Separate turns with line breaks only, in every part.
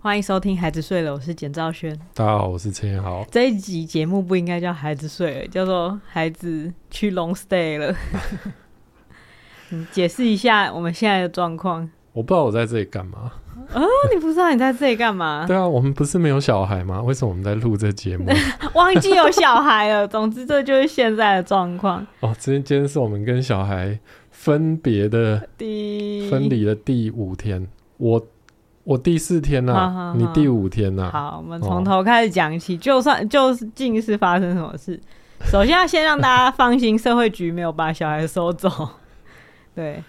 欢迎收听《孩子睡了》，我是简兆轩。
大家好，我是陈彦豪。
这一集节目不应该叫《孩子睡了》，叫做《孩子去 long stay 了》你解释一下我们现在的状况。
我不知道我在这里干嘛。
哦那你不知道你在这里干嘛？
对啊，我们不是没有小孩吗？为什么我们在录这节 目？
忘记有小孩了。总之，这就是现在的状况。
哦，今天是我们跟小孩分别的
第
分离的第五天，我我第四天呐、
好好好
你第五天啊呐、
好，我们从头开始讲起。就算就是近是发生什么事，首先要先让大家放心，社会局没有把小孩收走。对，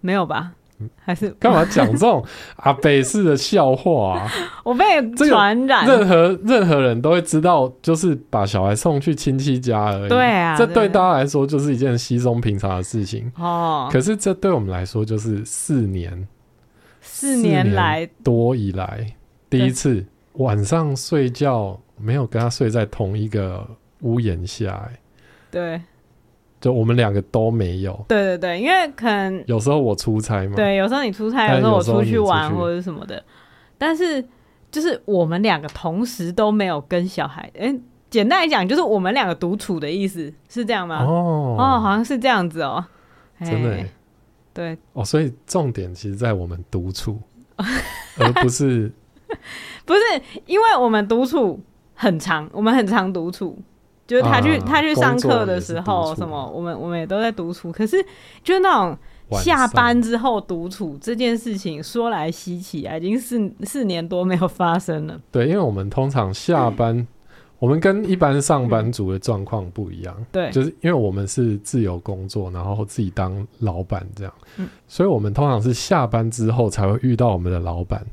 没有吧？
嗯
还是
干嘛讲这种 阿北式的笑 话啊？
我被
这个
传染？
任何任何人都会知道，就是把小孩送去亲戚家而已。
对啊
这
对
对大家来说就是一件稀松平常的事情。
哦，
可是这对我们来说就是四年
四年来
多以来第
对
一次晚上睡觉没有跟他睡在同一个屋檐下、欸
对
就我们两个都没有。
对对对，因为可能
有时候我出差嘛，
对，有时候你出差，
嗯
有
但
时候我
有时候
出
你
去玩
出去
或者是什么的，但是就是我们两个同时都没有跟小孩，哎、简单来讲就是我们两个独处的意思，是这样吗？
哦
哦，好像是这样子哦。
真的、
嘿
欸、
对，
哦，所以重点其实在我们独 处，而不是
不是因为我们独处很长，我们很长独处，就是他去、
啊
他去上课的时
工作
候，
也是独处
什么我们我们也都在独处，可是就是那种
晚上
下班之后独处这件事情，说来稀奇啊，已经四四年多没有发生了。
对，因为我们通常下班， 我们跟一般上班族的状况不一样，
对，
就是因为我们是自由工作，然后自己当老板这样，
嗯
所以我们通常是下班之后才会遇到我们的老板，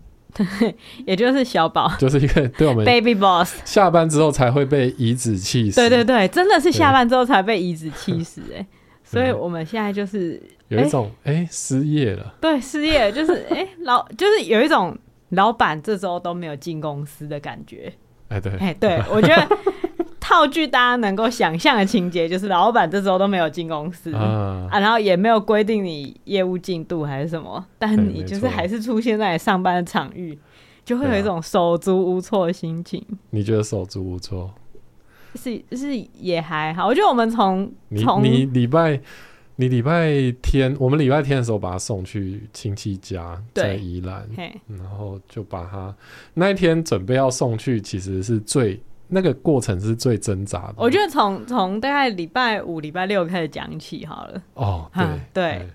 也就是小宝
就是一个对我们
baby boss，
下班之后才会被颐指气使，
对对对，真的是
对
下班之后才被颐指气使哎、所以我们现在就是
有一种哎、诶失业了，
对，失业就是哎、诶老 就是有一种老板这周都没有进公司的感觉。
哎、对，
哎、对我觉得套句大家能够想象的情节就是老板这周都没有进公司。
啊，
啊，然后也没有规定你业务进度还是什么，但
对
你
没
就是
错
还是出现在上班的场域，就会有
对
一
啊
种手足无措的心情。
你觉得手足无措？
是是也还好，我觉得我们从
你
从
你礼拜你礼拜天，我们礼拜天的时候把他送去亲戚家，
对
在宜兰，
嘿
然后就把他那一天准备要送去，其实是最那个过程是最挣扎的。
我觉
得
得从从大概礼拜五、礼拜六开始讲起好了。
哦，对、
嗯对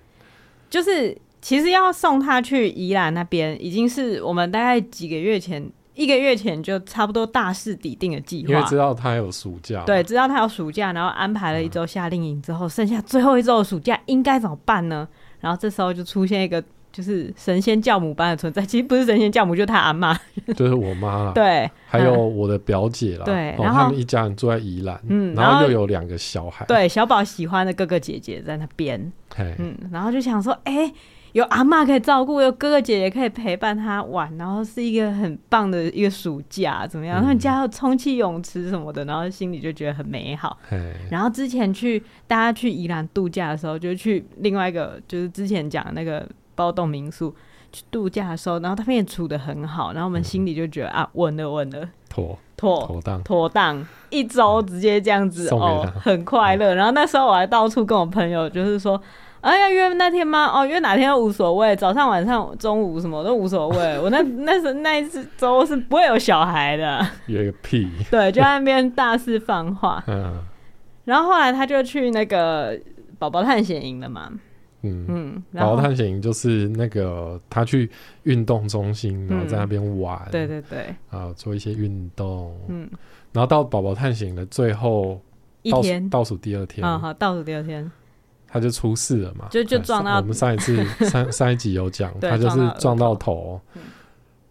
就是其实要送他去宜兰那边，已经是我们大概几个月前，一个月前就差不多大势已定的计
因为
划
知。道他有暑假，
对，，知道他有暑假，然后安排了一周夏令营之后，剩下最后一周的暑假应该怎么办呢？然后这时候就出现一个就是神仙教母般的存在，其实不是神仙教母，就是他阿妈。
就是我妈 啦，
对
还有我的表姐啦，
对
哦、
然后
他们一家人住在宜兰，
嗯
然
然后
又有两个小孩，，
对，小宝喜欢的哥哥姐姐在那边，
嘿，
嗯，然后就想说，哎、有阿嬷可以照顾，有哥哥姐姐可以陪伴他玩，然后是一个很棒的一个暑假，怎么样？
嗯
他们家有充气泳池什么的，然后心里就觉得很美好。
嘿，
然后之前去大家去宜兰度假的时候，就去另外一个，就是之前讲的那个包栋民宿去度假的时候，然后他们也处的很好，然后我们心里就觉得、啊，稳了稳了，
妥
妥
嗯妥当，
妥当，一周直接这样子
送给
哦
他，嗯
很快乐。然后那时候我还到处跟我朋友就是说，哎呀约那天吗？哦约哪天都无所谓，早上晚上中午什么都无所谓。我那 那时那一次周是不会有小孩的，
有一个屁，
对，就在那边大肆放话。
嗯
然后后来他就去那个宝宝探险营了嘛，
嗯。
嗯，然
然后
后
探险营就是那个他去运动中心，然后
嗯
在那边玩，
对对对，
啊，做一些运动，
嗯，
然后到宝宝探险的最后
一
倒数
天，
倒数第二天，
嗯，好，倒数第二天，
他就出事了嘛，
就就
哎
撞
上
到
我们上 一次上上一集有讲，
对
他就
撞到
是
额
撞到
头
头
嗯，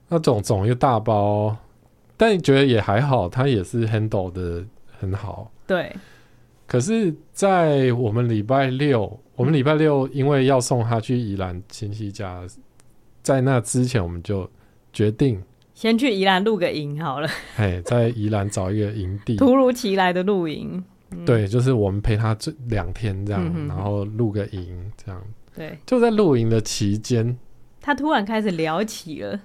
那肿肿一个大包，但觉得也还好，他也是 handle 的很好。
对，
可是，在我们礼拜六，我们礼拜六因为要送他去宜兰亲戚家，在那之前我们就决定，
先去宜兰露个营好了，
哎，在宜兰找一个营地，
突如其来的露营，
对，就是我们陪他这两天这样，
嗯哼哼
然后露个营这样。
对
就在露营的期间，
他突然开始聊起了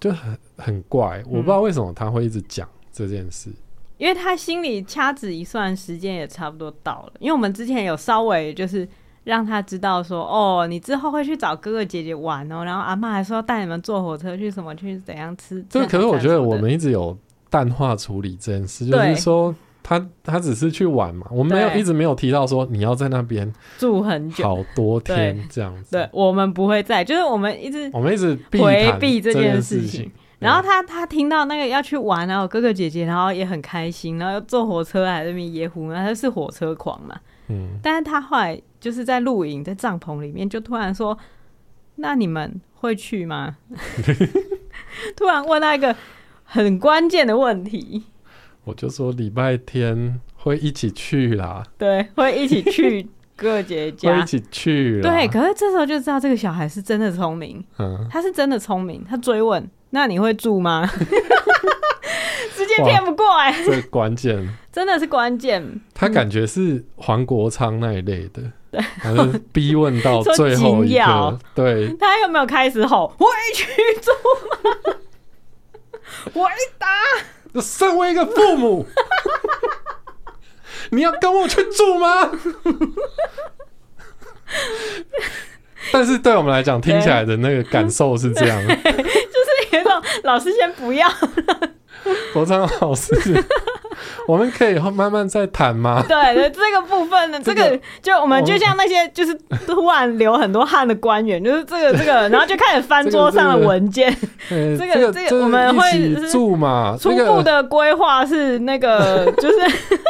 就很很怪，
嗯
我不知道为什么他会一直讲这件事。
因为他心里掐指一算，时间也差不多到了。因为我们之前有稍微就是让他知道说，哦，你之后会去找哥哥姐姐玩哦，然后阿妈还说带你们坐火车去什么去怎样吃。
这个
吃
可是
海
我
产
觉
什
得
么
我
的
们一直有淡化处理这件事，就
对
是说他他只是去玩嘛，我们没有
对
一直没有提到说你要在那边
住很久，
好多天
对
这样子。
对，我们不会在，就是我们一直。
我们一直避
回
谈
避这
这
件
件
事情
情。
然后他他听到那个要去玩，然后哥哥姐姐，然后也很开心，然后又坐火车来这边野狐，然后他是火车狂嘛。
嗯，
但是他后来就是在露营，在帐篷里面，就突然说：“那你们会去 吗？”突然问到一个很关键的问题，
我就说礼拜天会一起去啦，
对，会一起去哥姐
会一
家。
起去啊啦。
对，，可是这时候就知道这个小孩是真的聪明，
嗯，
他是真的聪明。他追问：“那你会住吗？” 直接骗不过来，
这关键，
真的是关键。
他感觉是黄国昌那一类的，反正逼问到
说
最后
紧
一
要
刻，对，
他有没有开始吼“我一起住吗？” 我一打
就身为一个父母， 你要跟我去住吗？ 但是对我们来讲，听起来的那个感受是这样。
别动，老师先不要。
国昌老师，我们可以慢慢再谈吗？
对对，这个部分呢，这
这
个
个
就我们
我
就
们
像那些就是突然流很多汗的官员，就是这个这个，然后就开始翻
这个
桌上
这
的
个
文件。
呃
这个
个
这个
这
我们会
一起住嘛？
初
这
步
个
的规划是那个就是。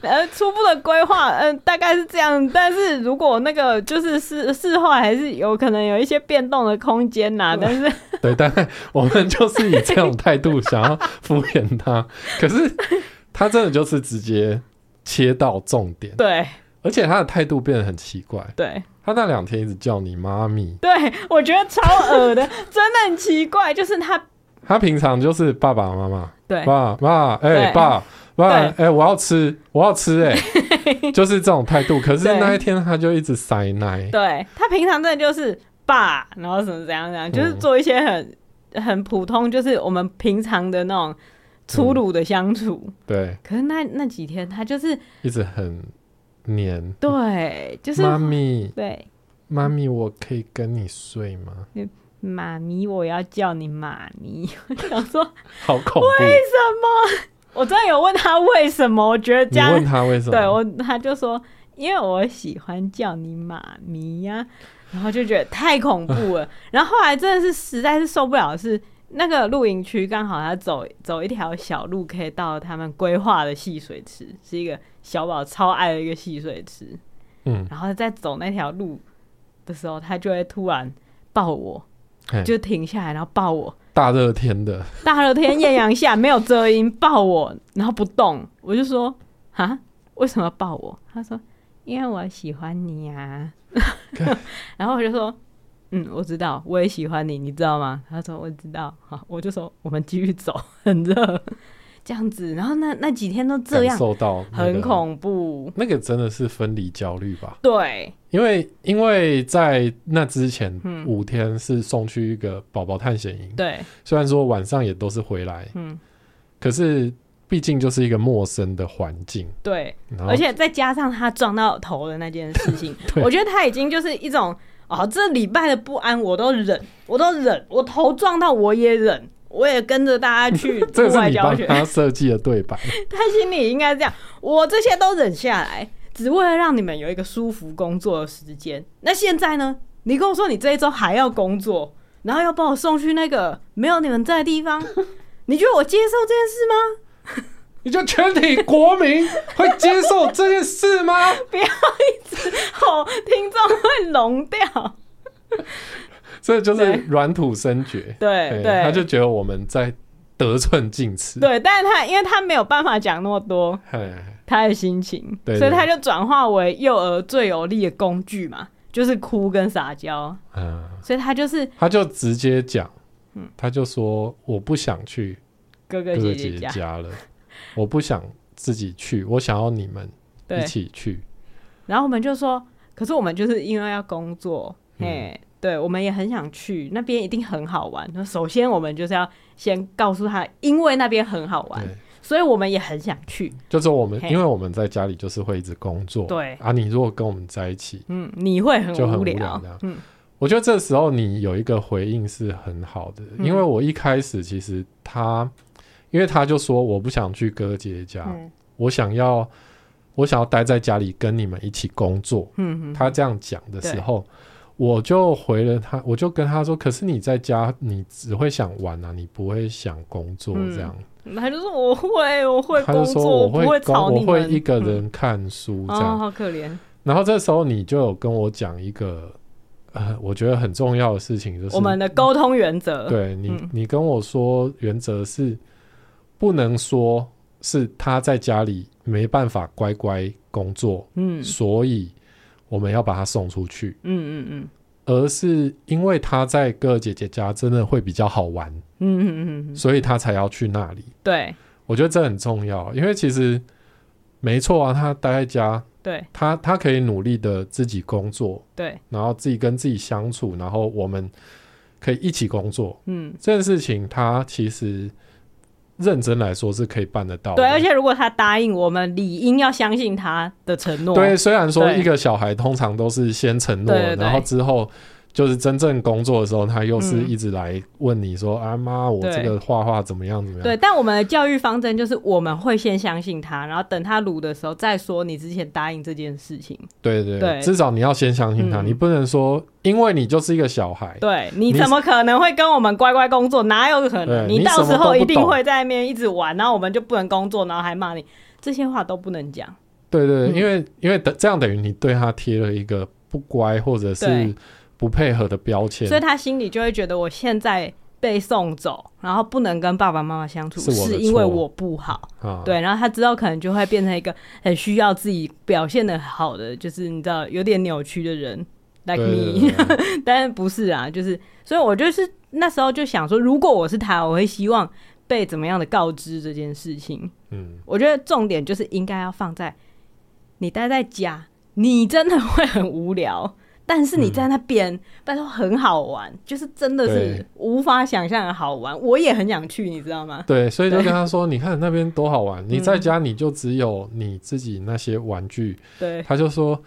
呃，初步的规划，嗯、大概是这样。但是如果那个就是事事后还是有可能有一些变动的空间呐、但是，
对，但我们就是以这种态度想要敷衍他，可是他真的就是直接切到重点
对
而且他的态度变得很奇怪。
对
他那两天一直叫你妈咪，
对，我觉得超恶 的，真的很奇怪。就是他
他平常就是爸爸妈妈，
对
爸爸，哎、
对
爸爸，
对
哎、我要吃，我要吃、 哎，就是这种态度。可是
对
那一天他就一直塞奶，
对他平常真的就是爸，然后什么怎样怎
嗯
样，就是做一些很、很普通，就是我们平常的那种粗鲁的相处。
对，
可是那那几天他就是
一直很黏。
对，就是
妈咪，
对
妈咪，我可以跟你睡吗？
妈咪，我要叫你妈咪。 我想说，
好恐怖！
我真的有问他为什么，我觉得这
你
样
问他为什 么？
对我，他就说，因为我喜欢叫你妈咪呀、 然后就觉得太恐怖 了。然后后来真的是实在是受不了的是，那个露营区刚好他走走一条小路，可以到他们规划的戏水池，是一个小宝超爱的一个戏水池。
嗯，
然后在走那条路的时候，他就会突然抱我
嘿，
就停下来，然后抱我。
大热天的，
大热天艳阳下没有遮阴，抱我，然后不动，我就说啊，为什么要抱我？他说因为我喜欢你 呀、啊
看。
然后我就说嗯，我知道，我也喜欢你，你知道吗？他说我知道，好，我就说我们继续走， 很热，这样子。然后那那几天都这
感
样，
受到、那个
很，恐怖。
那个真的是分离焦虑吧？
对
因为因为在那之前
嗯
五天是送去一个宝宝探险营，
对，
虽然说晚上也都是回来，
嗯
可是毕竟就是一个陌生的环境，
对，
然后，
而且再加上他撞到头的那件事情
对
我觉得他已经就是一种哦，这礼拜的不安我都忍，我都忍，我头撞到我也忍，我也跟着大家去 户
这个是
外
你
教
帮
学。
他设计的对白，
他心里应该这样，我这些都忍下来，只为了让你们有一个舒服工作的时间。那现在呢？你跟我说你这一周还要工作，然后要把我送去那个没有你们在的地方，你觉得我接受这件事吗？
你就全体国民会接受这件事 吗？
不要一直吼，听众会聋掉。
这就
对
是软土生绝，
对对，
他就觉得我们在得寸进尺，
对，但是他因为他没有办法讲那么多
哎，
他的心情，
对
所以
对
他就转化为幼儿最有力的工具嘛，就是哭跟撒娇，
嗯，
所以他就是
他就直接讲，他就说我不想去
哥哥
哥
姐
哥姐姐
家，
家了，我不想自己去，我想要你们
对
一，起去，
然后我们就说，可是我们就是因为要工作，
嗯
哎、对，我们也很想去那边，一定很好玩。那首先我们就是要先告诉他，因为那边很好玩，
对，
所以我们也很想去。
就是我们，
嘿
因为我们在家里就是会一直工作，
对
啊，你如果跟我们在一起，
嗯，你会很
就很
无
无
聊，
聊的
嗯，
我觉得这时候你有一个回应是很好的，
嗯
因为我一开始其实他，因为他就说我不想去哥姐家，
嗯
我想要我想要待在家里跟你们一起工作。
嗯嗯，
他这样讲的时候，我就回了他，我就跟他说：“可是你在家，你只会想玩啊，你不会想工作
嗯
这样。
他就说我会，我会
他就
工
说：“
作，
我
不会
工，
吵
我
你
会
们。
一个
嗯、
人看书这样。
哦，好可怜。
然后这时候你就有跟我讲一个，呃，我觉得很重要的事情，就是
我们的沟通原则，
对你
嗯，
你跟我说原则是不能说是他在家里没办法乖乖工作，
嗯
所以我们要把他送出去，
嗯嗯嗯
而是因为他在哥姐姐家真的会比较好玩，
嗯嗯嗯嗯，
所以他才要去那里。
对
我觉得这很重要，因为其实没错啊，他待在家，
对
他他可以努力的自己工作，
对，
然后自己跟自己相处，然后我们可以一起工作，
嗯。
这件事情，他其实认真来说是可以办得到的。
对，而且如果他答应我们，理应要相信他的承诺。
对，虽然说
对
一个小孩通常都是先承诺，
对对对
然后之后就是真正工作的时候，他又是
嗯
一直来问你说：“啊妈，我
对
这个画画怎么样？怎么样？”
对，但我们的教育方针就是我们会先相信他，然后等他卤的时候再说你之前答应这件事情。
对对
对
至少你要先相信他，
嗯
你不能说因为你就是一个小孩，
对，你
你
怎么可能会跟我们乖乖工作？哪有可能？
对你
到
什么
时候
都不
一定
懂
会在那边一直玩，然后我们就不能工作，然后还骂你，这些话都不能讲。
对对对
嗯
因为因为等这样等于你对他贴了一个不乖或者
对
是不配合的标签
所，以他心里就会觉得我现在被送走，然后不能跟爸爸妈妈相处，
是我的
是因为
错
我不好。
啊，
对，然后他之后可能就会变成一个很需要自己表现的好的，就是你知道有点扭曲的人
对
，like
对
me。
对 对对
但是不是啊，就是所以我就是那时候就想说，如果我是他，我会希望被怎么样的告知这件事 情。
嗯，
我觉得重点就是应该要放在你待在家，你真的会很无聊，但是你在那边，拜托很好玩，就是真的是
对
无法想象的好玩。我也很想去，你知道吗？
对，所以就跟他说：“你看那边多好玩，
嗯
你在家你就只有你自己那些玩具。
对。
他就说：“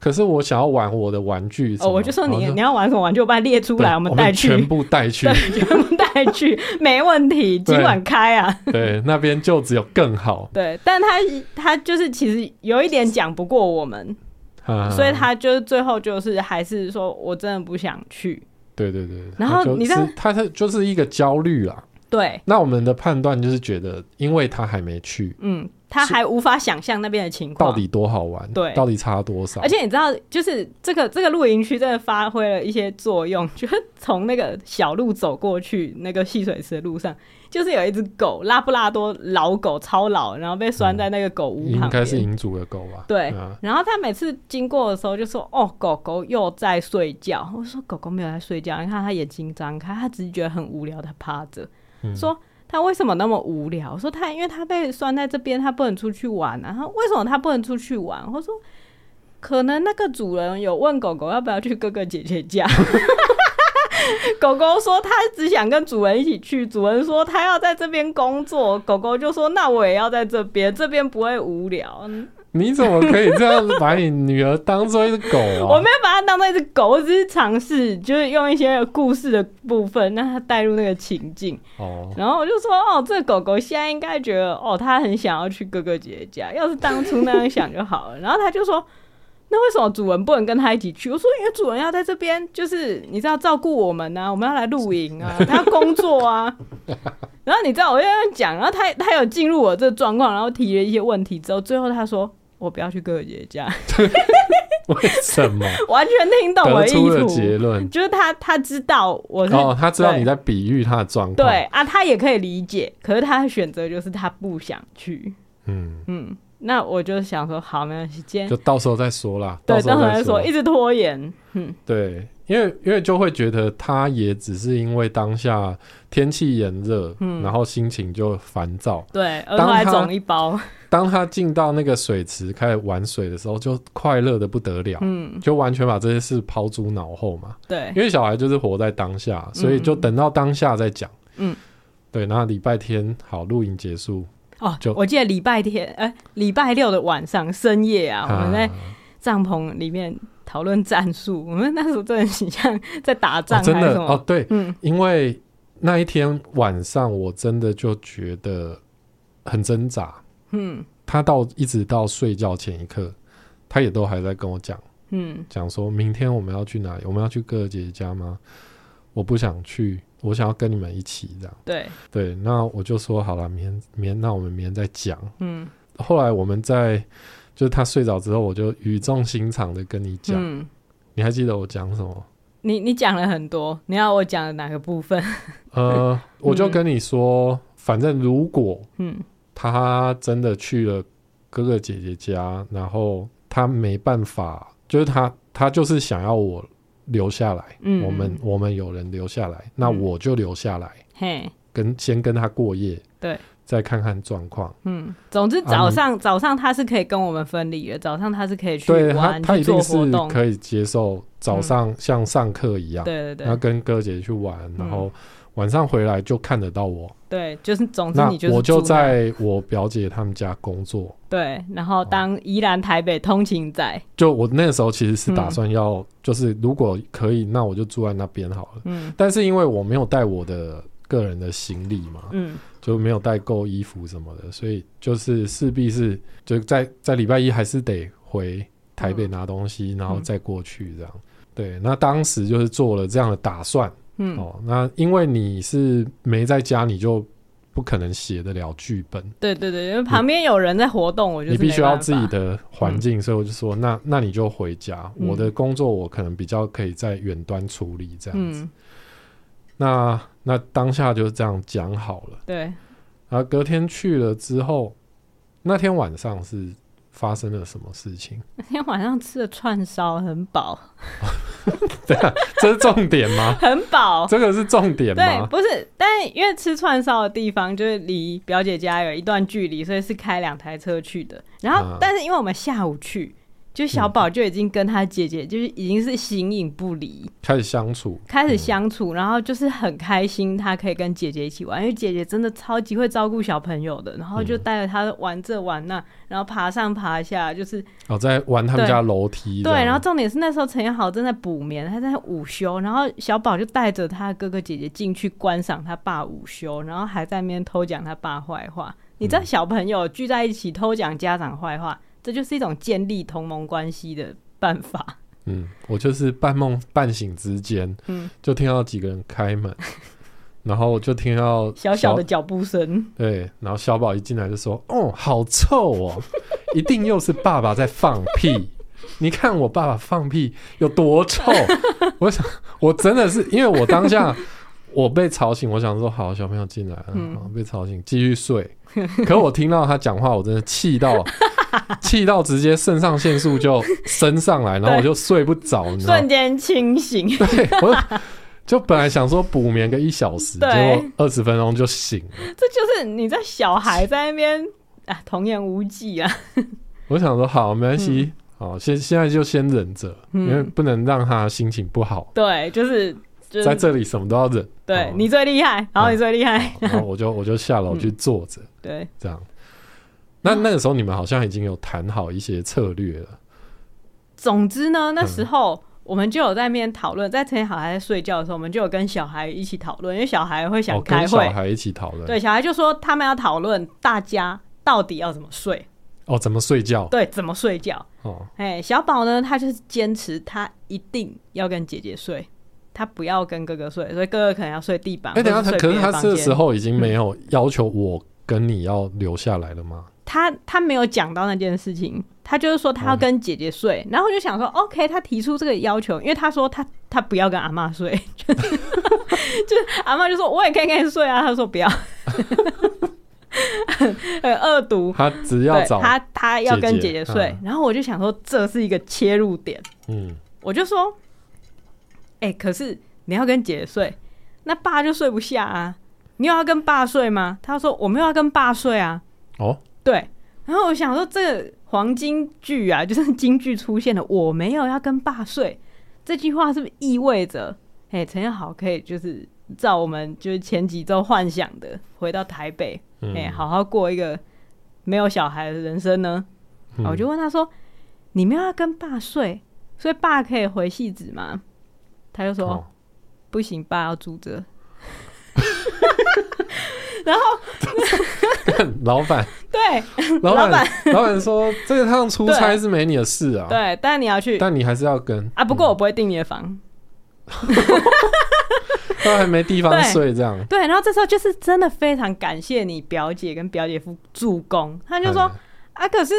可是我想要玩我的玩具。”
哦，我就说你
然后
你要玩什么玩具，我把它列出
对
来，我
我
们带去，
全部带去
对。， 全部带去，没问题，今
对
晚开啊。
对，那边就只有更好。
对，但他他就是其实有一点讲不过我们，
啊
所以他就最后就是还是说我真的不想去。
对对对，
然后
他就
你
是
看
他他就是一个焦虑啦。
对，
那我们的判断就是觉得，因为他还没去，
嗯，他
是
还无法想象那边的情况
到。底多好玩，
对
到底差多少？
而且你知道，就是这个这个露营区真的发挥了一些作用， 就是从那个小路走过去那个戏水池的路上，就是有一只狗，拉布拉多老狗超老，然后被拴
嗯
在那个狗屋
应
旁边。
该是银主的狗吧？
对
啊，
然后他每次经过的时候就说：“哦，狗狗又在睡觉。”我说：“狗狗没有在睡觉，你看它眼睛张开，它只是觉得很无聊，它趴着。
嗯
说它为什么那么无聊？我说它因为它被拴在这边，它不能出去玩啊。它为什么它不能出去玩？我说可能那个主人有问狗狗要不要去哥哥姐姐家。 狗狗说它只想跟主人一起去，主人说它要在这边工作，狗狗就说那我也要在这边，这边不会无聊。
你怎么可以这样把你女儿当做一只狗
我
啊
没？有把它当做一只狗，我只是尝试，就是用一些故事的部分让它带入那个情境。
哦，
然后我就说，哦，这个狗狗现在应该觉得，哦，它很想要去哥哥姐姐家，要是当初那样想就好了。然后他就说，那为什么主人不能跟他一起去？我说，因为主人要在这边，就是你知道照顾我们啊，我们要来露营啊，他要工作 啊。然后你知道我要讲，然后他他有进入我这状况，然后提了一些问题之后，最后他说。我不要去哥哥姐姐 家，
为什 么？
完全听懂我
得
的意
出了
图。
结论。
就是他他知道我是、
哦，他知道
对
你在比喻他的状况。
对，啊，他也可以理解，可是他的选择就是他不想去。
嗯，
嗯，那我就想说，好，没关系，今天
就到时候再说啦。
对，
时候
等会
再
再说，一直拖延。嗯，
对，因为因为就会觉得他也只是因为当下天气炎热，
嗯
然后心情就烦躁。
对，额
当
外
他
肿一包，
当他进到那个水池开始玩水的时候，就快乐的不得了，
嗯，
就完全把这些事抛诸脑后嘛。
对，
因为小孩就是活在当下，所以就等到当下再讲。
嗯，
对。那礼拜天好，露营结束，
哦
就，
我记得礼拜天，哎、礼拜六的晚上深夜啊，我们在帐篷里面讨论战术，我们那时候真的很像在打仗
哦、真
还是
的
什
哦
么，，
对，
嗯
因为那一天晚上我真的就觉得很挣扎。
嗯
他到一直到睡觉前一刻，他也都还在跟我讲
嗯，
讲说，明天我们要去哪里？我们要去哥哥姐姐家吗？我不想去，我想要跟你们一起这样。
对，
对，那我就说好了，明天明天那我们明天再讲。
嗯
后来我们在就是他睡着之后，我就语重心长的跟你讲，
嗯，
你还记得我讲什么？
你你讲了很多，你要我讲的哪个部分？
呃，我就跟你说，反正如果
嗯
他真的去了哥哥姐姐家，然后他没办法，就是他他就是想要我留下来，
嗯，
我们我们有人留下来，那
嗯
我就留下来，
嘿，
跟先跟他过夜，
对，
再看看状况。
嗯，总之
啊
早
你
上、早上他是可以跟我们分离的，早上他是可以去
对他
玩
他
去
一
做
定
活
是
动，嗯
可以啊接受早上像上课一样，
对对嗯
然后
对
跟哥姐去玩，然后晚上回来就看得到我。
对，就是总之
那
你就是
我就
住那
在哦我表姐他们家工作，
对，然后当宜兰台北通勤仔，
就我那时候其实是打
嗯
算要，就是如果可以，那我就住在那边好了。
嗯
但是因为我没有带我的个人的行李嘛，
嗯
就没有带够衣服什么的，所以就是势必是就在在礼拜一还是得回台北拿东西，
嗯
然后再过去这样。对，那当时就是做了这样的打算、
嗯，
哦。那因为你是没在家，你就不可能写得了剧本，
对对对，因为旁边有人在活动，我就是
你必须
没办
要
法
自己的环境，所以我就说，那那你就回家。
嗯
我的工作我可能比较可以在远端处理这样子。
嗯，
那那当下就这样讲好了。
对，
然后隔天去了之后，那天晚上是发生了什么事情？
那天晚上吃的串烧很饱，？
对啊，这是重点吗
很饱。
这个是重点
对，
吗？
不是，但因为吃串烧的地方就是离表姐家有一段距离，所以是开两台车去的。然后，
啊
但是因为我们下午去，就小
嗯
宝就已经跟他姐姐就是已经是形影不离，
开始相处，
开始相处，然后就是很开心，他可以跟姐姐一起玩，因为姐姐真的超级会照顾小朋友的，然后
嗯
就带着他玩这玩那，然后爬上爬下，就是
哦，在玩他们
对
家楼梯这
对，
样。
然后重点是那时候陈彦豪正在补眠，他在午休，然后小宝就带着他哥哥姐姐进去观赏他爸午休，然后还在那边偷讲他爸坏话。你
嗯
知道小朋友聚在一起偷讲家长坏话，这就是一种建立同盟关系的办法。
嗯，我就是半梦半醒之间，
嗯
就听到几个人 开门，然后我就听到
小小的脚步声，
对，然后小宝一进来就说：“哦，好臭哦，一定又是爸爸在放屁。 你看我爸爸放屁有多 臭。”我想，我真的是因为我当下我被吵醒，我想说好，小朋友进来了，
嗯
好被吵醒继续睡。可我听到他讲话，我真的 气到气到直接肾上腺素就升上来，然后我就睡不着，你知道吗
瞬？间清醒。
对，我就本来想说补眠个一小时，
对
结果二十分钟就醒了。
这就是你在小孩在那边啊，童言无忌啊。
我想说，好，没关系，好，现现在就先忍着，因为
嗯，
不能让他心情不好，
对，就是就
在
是
这里什么都 要忍。
对、
哦
你最厉害，然后你最厉害，
然后我就我就下
嗯
楼去坐着，
对，
这样。那那个时候你们好像已经有谈好一些策略了，
总之呢，那
嗯
时候我们就有在那边讨论，在陈小孩在睡觉的时候，我们就有跟小孩一起讨论，因为小孩会想
哦，
开
跟
会，
小孩一起讨论，
对，小孩就说他们要讨论大家到底要怎么睡，
哦，怎么睡觉，
对，怎么睡觉。
哦，
哎，小宝呢，他就是坚持他一定要跟姐姐睡，他不要跟哥哥睡，所以哥哥可能要睡地板。
哎，等一下他，
或者
可
啊睡
是
别的
他
房
这
间。
时候已经没有要求我跟你要留下来了吗？
他他没有讲到那件事情，他就是说他
哦
要跟姐姐睡，然后我就想说，OK，他提出这个要求，因为他说他他不要跟阿嬷睡，就是就是阿嬷就说我也可以跟你睡啊，他说不要，很恶毒，
他只要
对
找，
他他要跟
姐
姐姐
姐
睡，
嗯
然后我就想说这是一个切入点，
嗯，
我就说哎、可是你要跟姐睡，那爸就睡不下啊。你有要跟爸睡吗？他说我没有要跟爸睡啊。
哦，
对，然后我想说这个黄金句啊， 就是金句出现了，我没有要跟爸睡这句话，是不是意味着，哎，陈彦豪可以就是照我们就是前几周幻想的，回到台北，
嗯
哎、好好过一个没有小孩的人生呢？
嗯
我就问他说，你没有要跟爸睡，所以爸可以回戏子吗？他就说、
哦
不行，爸要住这。
干 老 板，
对
老
老
板，老板说这趟出差是没你的事啊，
对，但你要去
但你还是要跟，
啊，不过我不会订你的房。
都还没地方
对
睡这样。
对，然后这时候就是真的非常感谢你表姐跟表姐夫助攻，他就说、
嗯
啊，可是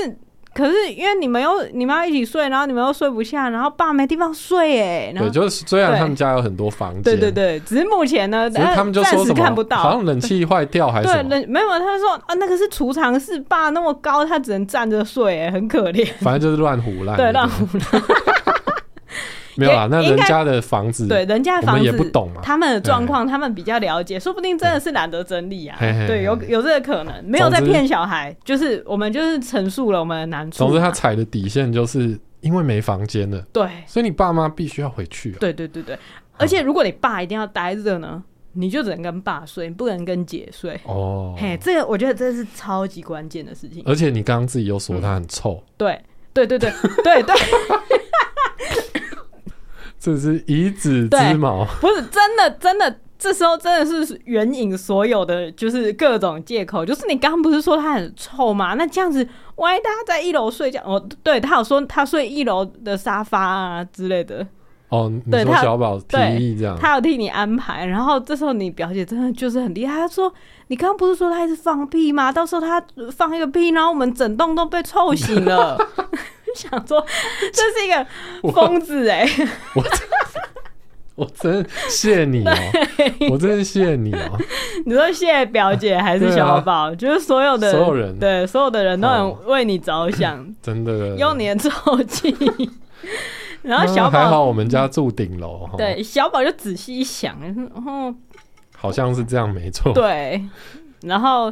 可是因为你们又你们要一起睡，然后你们又睡不下，然后爸没地方睡哎，然
对，
后
就是虽然
对
他们家有很多房间，
对对，对，只是目前呢，
只是他们就
呃暂
说
时
什么
看不
好
到。
像冷气坏掉还是
对，
什么，
人没有，他就说啊，那个是储藏室，爸那么高，他只能站着睡，哎，很可怜。
反正就是乱胡乱。
对，让
没有啦，那
应
人
该
家的房子，
对人家的
我
房
们
子
也不懂嘛。哎
他们的状况，他们比较了解，说不定真的是懒得整理啊。
嘿嘿嘿
对，有有这个可能，没有在骗小孩，就是我们就是陈述了我们的难处嘛。
总之，他踩的底线就是因为没房间了，
对
所以你爸妈必须要回去啊。
对对对对，而且如果你爸一定要待着呢，你就只能跟爸睡，你不能跟姐睡。
哦，呃
嘿，这个我觉得这是超级关键的事情。
而且你刚刚自己又说他很臭，
对对对对对对，
这是以子之
对
矛。
不是真的真的。这时候真的是援引所有的，就是各种借口。就是你刚刚不是说他很臭吗？那这样子，万一大家在一楼睡觉，哦， 对他有说他睡哦一楼的沙发啊之类的，
哦，你
对
说
他
小宝提
对
议这样，
他有替你安排。然后这时候你表姐真的就是很厉害，她说：“你刚刚不是说她一直放屁吗？到时候她放一个屁，然后我们整栋都被臭醒了。” 想说这是一个疯子哎、
我真的谢你 哦，我真的谢你哦。
你说谢谢表 姐还是小宝？就是所有的
啊所有人嗯
对所有的人都
哦
很为你着想，
真的，
用你的臭 气。然后
嗯
小
还好
宝、嗯
我们家住顶楼哈，
对小宝就仔细一想，然后哦
好像是这样没错。
对，然 后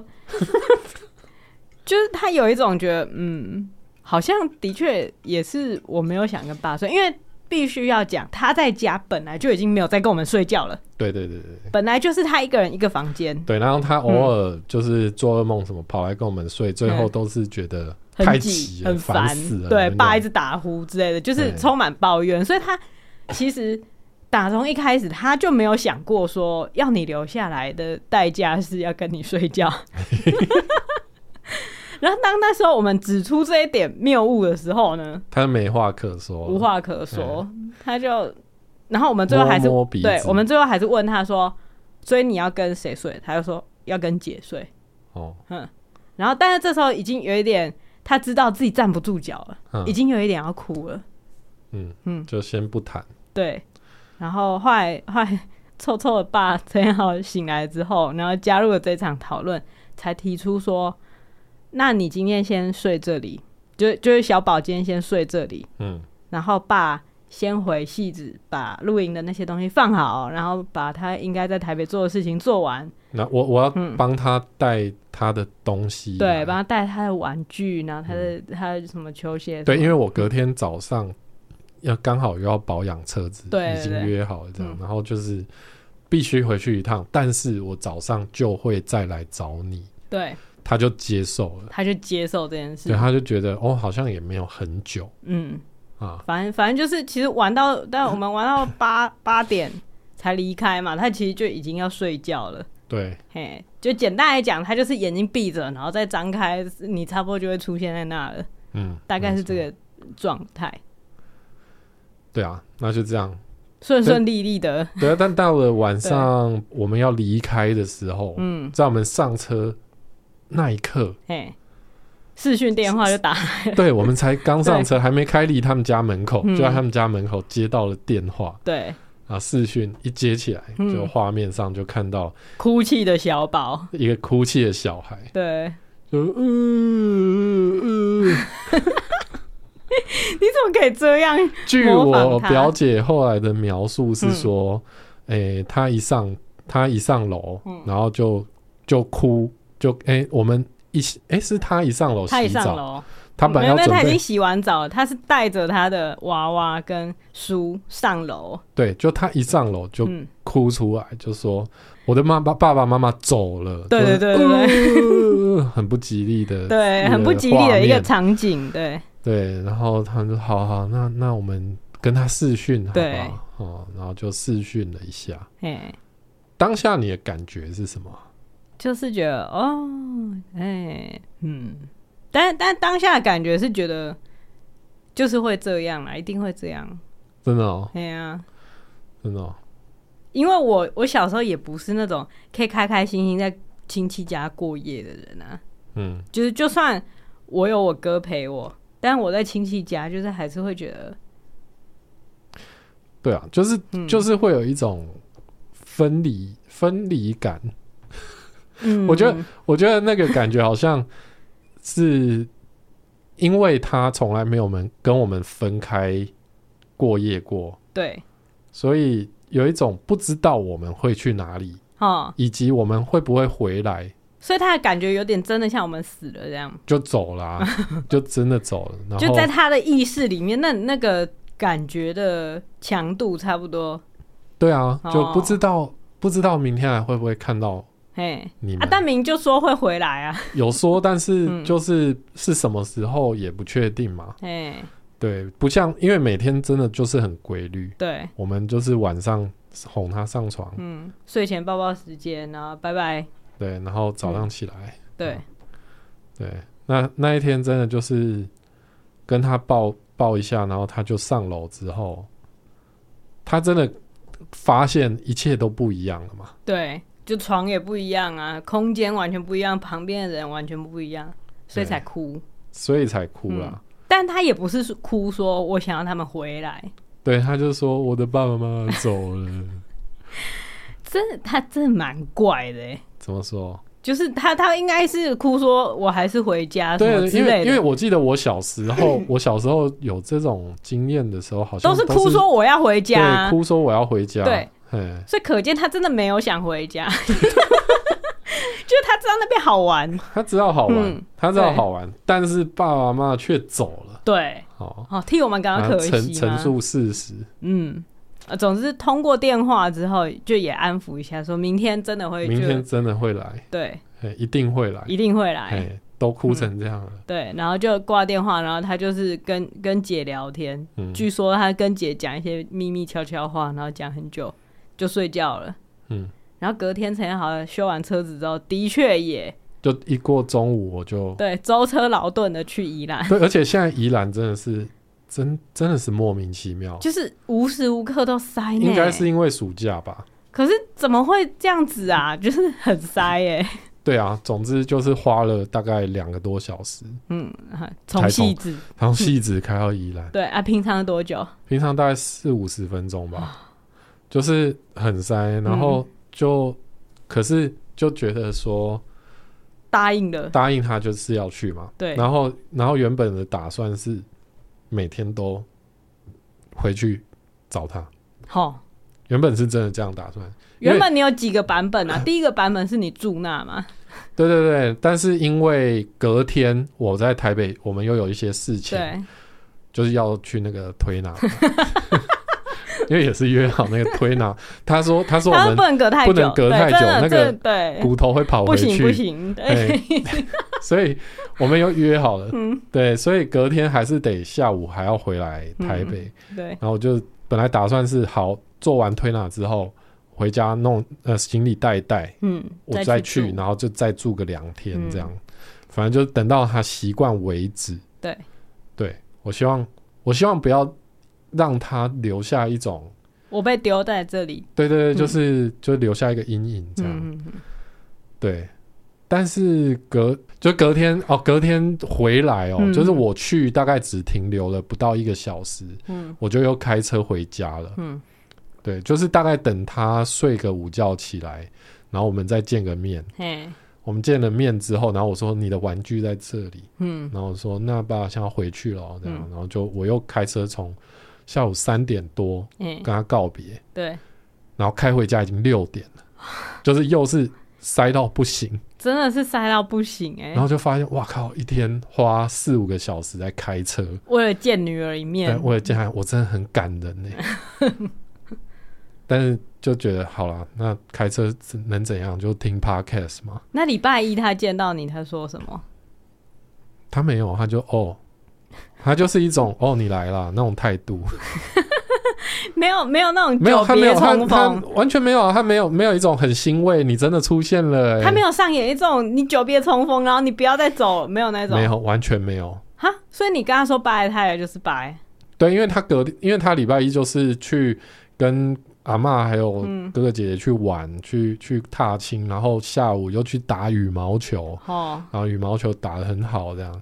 就是他有一种觉得，嗯，好像的确也是我没有想跟爸睡，因为必须要讲他在家本来就已经没有在跟我们睡觉了，
对对对对
本来就是他一个人一个房间，
对，然后他偶尔就是做噩梦什么跑来跟我们睡，最后
嗯
都是觉得太
很
急
挤，
了，
嗯很
烦
烦
死，了。
对，
真的
爸一直打呼之类的，就是
对
充满抱怨，所以他其实。打从一开始，他就没有想过说要你留下来的代价是要跟你睡 觉。然后当那时候我们指出这一点谬误的时候呢，
他没话可说，
无话可说，他就，然后我们最后还是
摸摸鼻子
对，我们最后还是问他说，所以你要跟谁睡？他就说要跟姐睡。
哦，
然后，但是这时候已经有一点，他知道自己站不住脚了，
嗯
已经有一点要哭了。
嗯嗯，
嗯
就先不谈。
对，然后后来后来 臭臭的爸陈彦豪醒来之后，然后加入了这场讨论，才提出说：“那你今天先睡这里，就就是小宝今天先睡这里，
嗯，
然后爸先回戏子，把露营的那些东西放好，然后把他应该在台北做的事情做完，
那我我要
嗯
帮他带他的东西来，
对，帮他带他的玩具，然后他的、他的什么球鞋什么，
嗯对，因为我隔天早上要刚好又要保养车子，
对
已经
对
约好了这样，
嗯
然后就是必须回去一趟，但是我早上就会再来找你，
对，
他就接受了，
他就接受这件事
对，，他就觉得哦，好像也没有很久
嗯。
啊，
反正反正就是，其实玩到，但我们玩 到八八点才离开嘛，他其实就已经要睡觉了。
对，
嘿，就简单来讲，他就是眼睛闭着，然后再张开，你差不多就会出现在那了，
嗯，
大概
没
是
错
这，个状态，
对啊，那就这样，
顺顺利利的。
对啊，但到了 晚上我们要离开的时候，
嗯，
在我们上车那一刻，
嘿，视讯电话就打，
对我们才刚上 车，还没开离他们家门口，
嗯
就在他们家门口接到了电话。
对，
啊，视讯一接起来，
嗯
就画面上就看到
哭泣的小宝，
一个哭泣的小孩，
对，
呃 就嗯嗯，
怎么可以这样？
据
模仿
我
他
表姐后来的描述是说，诶、她一上她一上楼，
嗯
然后就就哭，就诶、我们一起诶、是她一上楼
他
洗
也上
澡，
楼，嗯
她本来要
没有，
准
没有他已
备
经，洗完澡了，他是带着他的娃娃跟书上楼。
对，就她一上楼就
嗯，
哭出来，就说我的妈爸爸爸妈妈走了，
对对对
就
对对
是呃很不吉利的，
对，很不吉利的一个场景，对，
对，然后他们说好好，那那我们跟他视讯好不
对
好？哦，然后就视讯了一下，
哎，
当下你的感觉是什么？
就是觉得哦，哎，嗯，但但当下的感觉是觉得就是会这样啊啦，一定会这样，
真的哦，
哎呀、
真的哦，
因为我我小时候也不是那种可以开开心心在亲戚家过夜的人啊，
嗯，
就是就算我有我哥陪我，但我在亲戚家就是还是会觉得，
对啊，就是
嗯，
就是会有一种分离分离感，
嗯
我觉得我觉得那个感觉好像是因为他从来没有们跟我们分开过夜过，
对，
所以有一种不知道我们会去哪里，
哦，
以及我们会不会回来
所以他的感觉有点真的像我们死了这样，
就走啦、 就真的走了，然
就在
后
他的意识里面，那那个感觉的强度差不多，
对啊，就不
哦
知道、不知道明天还会不会看到
嘿，
你们。
啊，但明就说会回来啊，
有说，但是
嗯
就是是什么时候也不确定嘛。
嘿，
对，不像因为每天真的就是很规律，
对，
我们就是晚上哄他上床，
嗯，睡前抱抱时间，然后拜拜，
对，然后早上起来，
对，
对，那那一天真的就是跟他抱抱一下，然后他就上楼之后，他真的发现一切都不一样了嘛。
对，就床也不一样啊，空间完全不一样，旁边的人完全不一样，所以
对
才哭。
所以才哭
嗯
啦。
但他也不是说哭说我想要他们回来，
对，他就说我的爸爸妈妈走了，
真的他真的蛮怪的欸，
怎么说？
就是他他应该是哭说我还是回家什么
对，
之
因为
类
因为
的，
我记得我小时候，我小时候有这种经验的时候，好像
都是
是
哭说我要回家
对，
啊，
哭说我要回家，
对
嘿，
所以可见他真的没有想回家， 就是他知道那边好玩，
他知道好玩，
嗯
他知道
对
好玩，但是爸爸妈妈却走了，
对，
哦，
哦，替我们感
然
到
后
可
啊陈
惜
陈
吗？
述事实，
嗯。呃总之，通过电话之后，就也安抚一下，说明天真的会就，
明天真的会来，
对，
嘿，一定会来，
一定会来。嗯
嘿，都哭成这样了，
对，然后就挂电话，然后他就是跟跟姐聊天，
嗯
据说他跟姐讲一些秘密悄悄话，然后讲很久，就睡觉了。
嗯，
然后隔天陈彦豪修完车子之后，的确也
就一过中午我就
对舟车劳顿的去宜兰，
对，而且现在宜兰真的是真真的是莫名其妙，
就是无时无刻都塞呢。
应该是，因为暑假吧。
可是怎么会这样子啊？ 就是很塞哎、
对啊，总之就是花了大概两个多小时，
嗯，从戏子
然后戏子开到宜兰，
对啊，平常多久？
平常大概四五十分钟吧，就是很塞，然后就、可是就觉得说
答应了，
答应他就是要去嘛，
对
然后然后原本的打算是每天都回去找他，
好。
原本是真的这样打算，因为
原本你有几个版本 啊？第一个版本是你住那嘛？
对对对，但是因为隔天我在台北，我们又有一些事情，
对，
就是要去那个推拿， 因为也是约好那个推拿。他说，他说我
他们不
们
能隔太久，
不能隔
对
太久
真的
那个
真的对，
骨头会跑
不
回
行不
去，
行，对
哎， 所以我们又约好了。
嗯
对，所以隔天还是得下午还要回来台北。
对，
然后我就本来打算是好做完推拿之后回家弄呃行李带一带，
嗯，
我再
去
去，
住，
然后就再住个两天
嗯
这样，反正就等到他习惯为止。
对，
对我希望，我希望不要让他留下一种，
我被丢在这里，
对对对，
嗯
就是、就留下一个阴影这样。
嗯，嗯嗯
对，但是隔就隔天哦，隔天回来哦，
嗯
就是我去大概只停留了不到一个小时，
嗯
我就又开车回家了。
嗯，
对，就是大概等他睡个午觉起来，然后我们再见个面。
嘿，
我们见了面之后，然后我说你的玩具在这里，
嗯，
然后我说那爸爸想要回去了，哦这样，
嗯
然后就我又开车从下午三点多
哎、
跟他告别，
对，
然后开回家已经六点了，就是又是塞到不行，
真的是塞到不行哎、
然后就发现哇靠，一天花四五个小时在开车，
为了见女儿一面
但，我也见哎他，我真的很感人呢、 但是就觉得好了，那开车能怎样？就听 podcast 嘛。
那礼拜一他见到你，他说什么？
他没有，他就哦，他就是一种哦你来了那种态 度，
没有没有那种
没有
久
他没
别
有他
重
他
逢，
完全没有啊，他没有没有一种很欣慰你真的出现了、欸，
他没有上演一种你久别重逢，然后你不要再走，没有那种
没有完全没有。
哈。所以你跟他说拜，他也就是拜，
对，因为他隔，因为他礼拜一就是去跟阿嬷还有
嗯
哥哥姐姐去玩，去去踏青，然后下午又去打羽毛球，
哦，
然后羽毛球打得很好，这样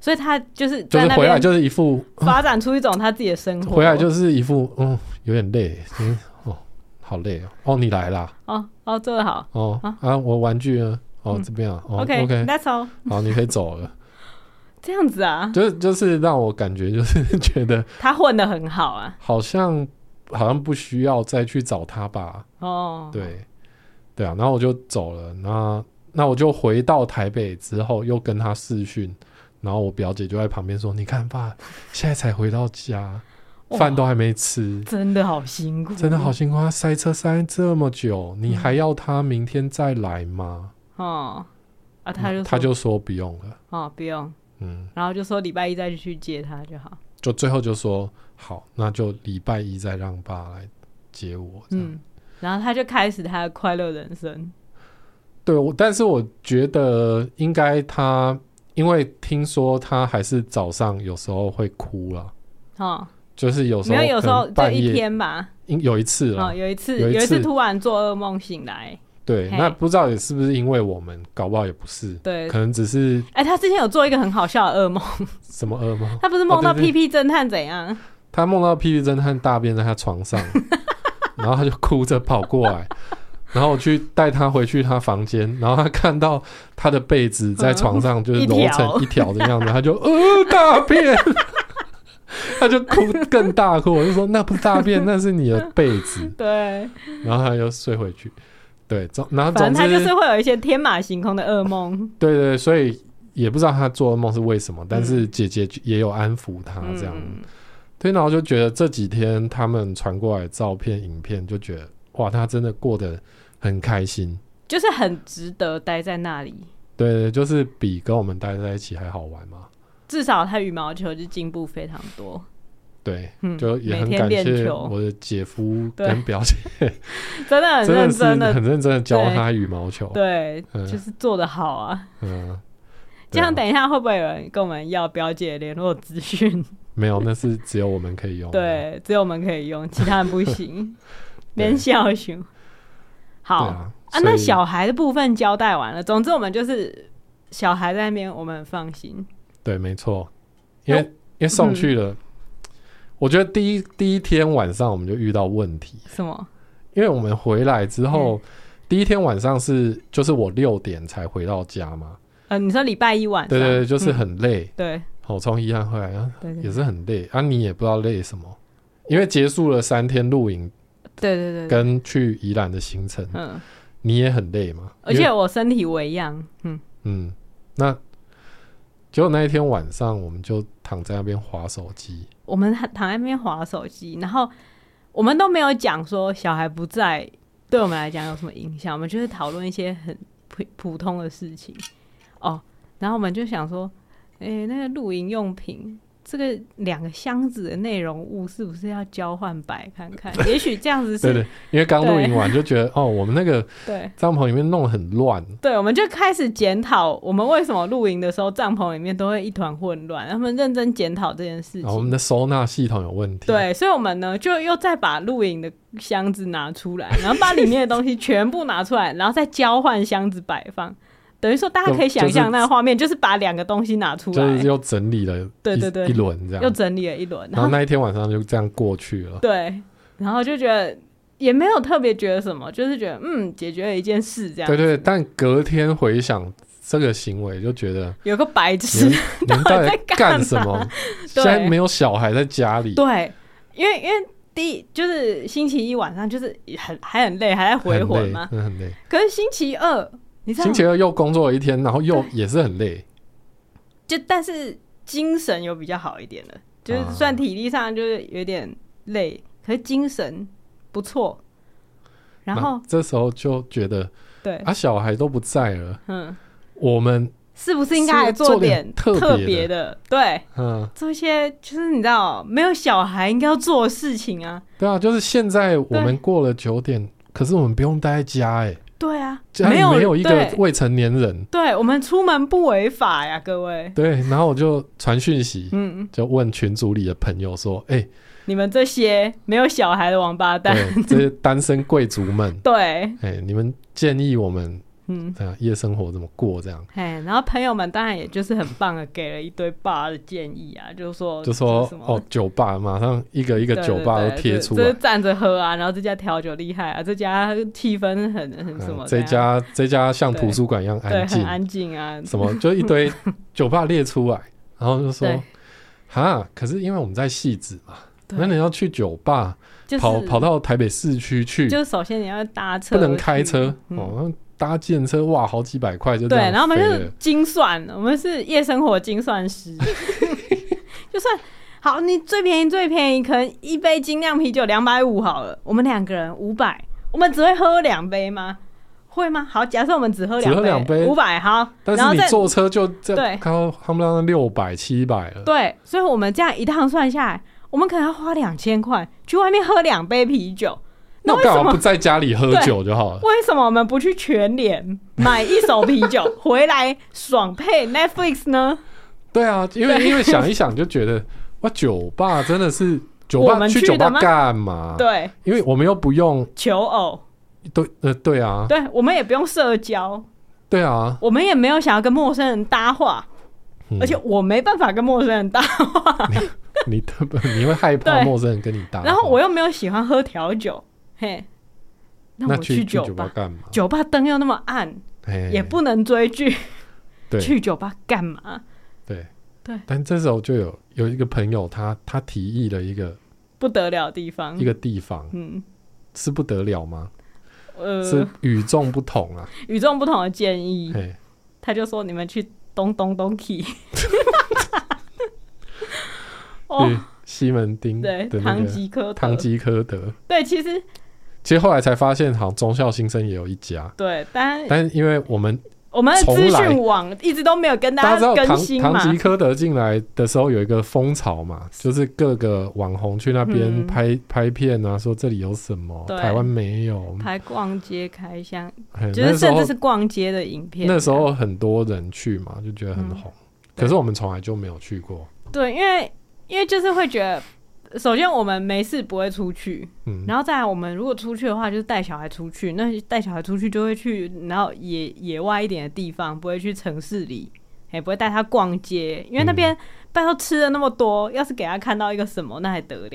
所以他就是
就
在
是
那
回来
边
就是一副
发展出一种他自己的生活，
回来就是一副嗯有点累，嗯哦好累哦，哦你来啦，
哦哦做得好。
哦
啊
啊我玩具呢，哦
嗯
这边啊，哦
OK，That's、
OK
all，
好你可以走了，
这样子啊，
就是就是让我感觉就是觉得
他混的很好啊。
好像好像不需要再去找他吧，
哦，，
对，对啊，然后我就走了。那那我就回到台北之后，又跟他视讯，然后我表姐就在旁边说：“你看爸，现在才回到家，
哇
饭都还没吃，
真的好辛苦，
真的好辛苦。他塞车塞这么久，
嗯
你还要他明天再来吗？”
哦。啊，他就
他
说
就说不用了，
哦不用，
嗯，
然后就说礼拜一再去接他就好。
就最后就说好，那就礼拜一再让爸来接我。这样
嗯，然后他就开始他的快乐人生。
对，我但是我觉得应该他，因为听说他还是早上有时候会哭啦，
哦，
就是有时候
没有，有时候
可能
就
半
一
夜
天吧。
应有一次了，
哦，有一次，
有
有
一
一
次
次突然做噩梦醒来。
对，
嘿
那不知道也是不是因为我们，搞不好也不是，
对
可，能只是
哎，他之前有做一个很好笑的噩梦，
什么噩梦，
他不是梦到
哦对
屁
对
屁侦探怎样？
他梦到屁屁侦探大便在他床 上，然后他就哭着跑过来。然后我去带他回去他房间，然后他看到他的被子在床上就是
一
揉
条
成一条的
嗯
样子，他就呃大便， 他就哭更大哭，我就说那不是大便，那是你的被子，
对，
然后他又睡回去。对，总然后
反
总
正
之
他就是会有一些天马行空的噩梦。
对对对，所以也不知道他做的梦是为什么，但是姐姐也有安抚他这样。
嗯
对，然后就觉得这几天他们传过来的照片、影片，就觉得哇，他真的过得很开心。
就是很值得待在那里。
对对，就是比跟我们待在一起还好玩嘛。
至少他羽毛球就进步非常多，
对，
嗯，
就也
每
很
天
感
练
谢
球，
我的姐夫
对
跟表姐，
真的很
真
认
的是
真的，
很认真的教
对
他羽毛球。
对，
嗯
就是做的好啊。
嗯，
这
对啊
样等一下会不会有人跟我们要表姐联络资讯？
没有，那是只有我们可以用。，
对，只有我们可以用，其他人不行。
哦 对
连笑熊，
对
好
啊，
啊，
所
那
以
小孩的部分交代完了，总之我们就是小孩在那边，我们很放心。
对，没错，因为
哎
因为
嗯
送去了，我觉得第一第一天晚上我们就遇到问题，
什么？
因为我们回来之
嗯
后，第一天晚上是就是我六点才回到家嘛，
呃，你说礼拜一晚上？
对对对，就是
嗯
很累，
对
好、从宜兰回来啊
对对
也
对
是很累啊，你也不知道累什么，因为结束了三天露营
对对对，
跟去宜兰的行程，
嗯。
你也很累嘛，
而
因
且
为
我身体微恙，嗯，
嗯，那结果那一天晚上我们就躺在那边划手机，
我们躺躺在那边划手机，然后我们都没有讲说小孩不在对我们来讲有什么影响，我们就是讨论一些很普普通的事情哦。然后我们就想说，哎、那个露营用品这个两个箱子的内容物是不是要交换摆看看？ 也许这样子
对
是
对，因为刚露
对
营完就觉得哦，我们那个。
对
帐篷里面弄得很乱，
对，我们就开始检讨我们为什么露营的时候帐篷里面都会一团混乱，他们认真检讨这件事
然哦后我
情
们。的收纳系统有问题。，
对，所以我们呢就又再把露营的箱子拿出来，然后把里面的东西全部拿出来，然后再交换箱子摆放。等于说，大家可以想
就
象那个画面，就是把两个东西拿出来，
就是又整理了一
对对对
一轮这
又
样。
整理了一轮，
然
然
后
后
那一天晚上就这样过去了。
对，然后就觉得也没有特别觉得什么，就是觉得嗯，解决了一件事这样。
对对，但隔天回想这个行为，就 觉得
有个白痴
你，们你们到
到底
底
在
干
干
什
嘛
么？ 现
对
在没有小孩在家里，
对，因为因为第一就是星期一晚上就是很还很累，还在回
很
魂
累，
嘛。
真的很累。
可是星期二，你知道
星
吗
期二又工作了一天，然后又
对
也是很累，
就但是精神有比较好一点了，就是
啊
虽然体力上就是有点累，可是精神不错。然
那
后
这时候就觉得
对，
啊，小孩都不在了，
嗯，
我们
是不是应该还
是不是做
点
点特
特
别
别的？对，
嗯，
做一些就是你知道没有小孩应该要做的事情啊。
对啊，就是现在我们过了九点，可是我们不用待在家，哎，
对啊，
家里
有
没有一个
对，
未成年人，
对我们出门不违法呀，各位。
对，然后我就传 讯息，
嗯，
就问群组里的朋友说，哎，
你们这些没有小孩的王八蛋，，
对，这些单身贵族们
对，
哎，你们建议我们
嗯，
啊夜生活怎么过？这样
哎，然后朋友们当然也就是很棒的，给了一堆爸的建议啊， 就是说
就说
什么
哦，酒吧马上一个一个
对对
酒吧
对
都贴
这
出
这
来
是。站着喝啊，然后这家调酒厉害啊，这家气氛很很什么
嗯
这
这
样，
家这家像
对啊
图书馆一样
对
安
很
静，
安静啊，
什么就一 堆酒吧列出来，然后就
对
说哈，可是因为我们在戏子嘛，
对
那你要去酒吧，
就是
跑跑到台北市区去，
就是首先你要搭车，
不能开车、
嗯
哦，那搭建车哇，好几百块就这
对，
样
然后我们
飞
就是
了
精算，我们是夜生活精算 师，就算好，你最便宜最便宜，可能一杯精酿啤酒两百五好了，我们两个人五百，我们只会喝两杯吗？会吗？好，假设我们只喝
只喝
两
两杯
五百好，
但
然后
是你
再
坐车就这
对
看到他们那六百七百了，
对，所以我们这样一趟算下来，我们可能要花两千块去外面喝两杯啤酒。那
那我
为
干
什
嘛不
么
在家里喝
对
酒就好了？
为什么我们不去全联买一手啤酒回来爽配 Netflix 呢？
对啊，因为因为想一想 就觉得哇，酒吧真的是酒
我
吧
们
去
去
酒吧
的吗
干嘛？
对，
因为我们又不用
求偶，
对呃对啊
对我们也不用社交，
对啊，
我们也没有想要跟陌生人搭话，
嗯啊
而且我没办法跟陌生人搭，
你特别你会害怕
对
陌生人跟你搭话，
然后我又没有喜欢喝调酒，嘿，那
那
我
去
酒
酒吧
吧，
干嘛？
酒吧灯又那么暗，
哎
也不能追剧，
对
去酒吧干嘛？
对
对
但这时候就有有一个朋友他他提议了一个
不得了的地方
一，个地方
嗯，
是不得了吗？是
呃，
与众不 同啊！
与众不同的建议，
嘿，
他就说你们去东东东 key。哦，
去西门町
对，
的嗯那
堂
个
吉诃德，
唐吉诃德。
对，其实
其实后来才发现，好像中校新生也有一家，
对，但
但因为我们
我们的
从
资
来
讯网一直都没有跟
大家
大
知道
更
唐
新
唐
嘛，
吉诃德进来的时候有一个风潮嘛，就是各个网红去那边
嗯
拍、拍片啊，说这里有什么，
对
台湾没有。
拍逛街开箱，
嘿
就
那
是
时
甚至
候
是逛街的影片。啊
那时候很多人去嘛，就觉得
嗯
很红。可是我们从来就没有去过，
对，因为因为就是会觉得，首先我们没事不会出去，
嗯，
然后再来我们如果出去的话，就是带小孩出去。那带小孩出去就会去然后野野外一点的地方，不会去城市里，也不会带他逛街，因为那
嗯
边、拜托吃了那么多，要是给他看到一个什么，那还得 了？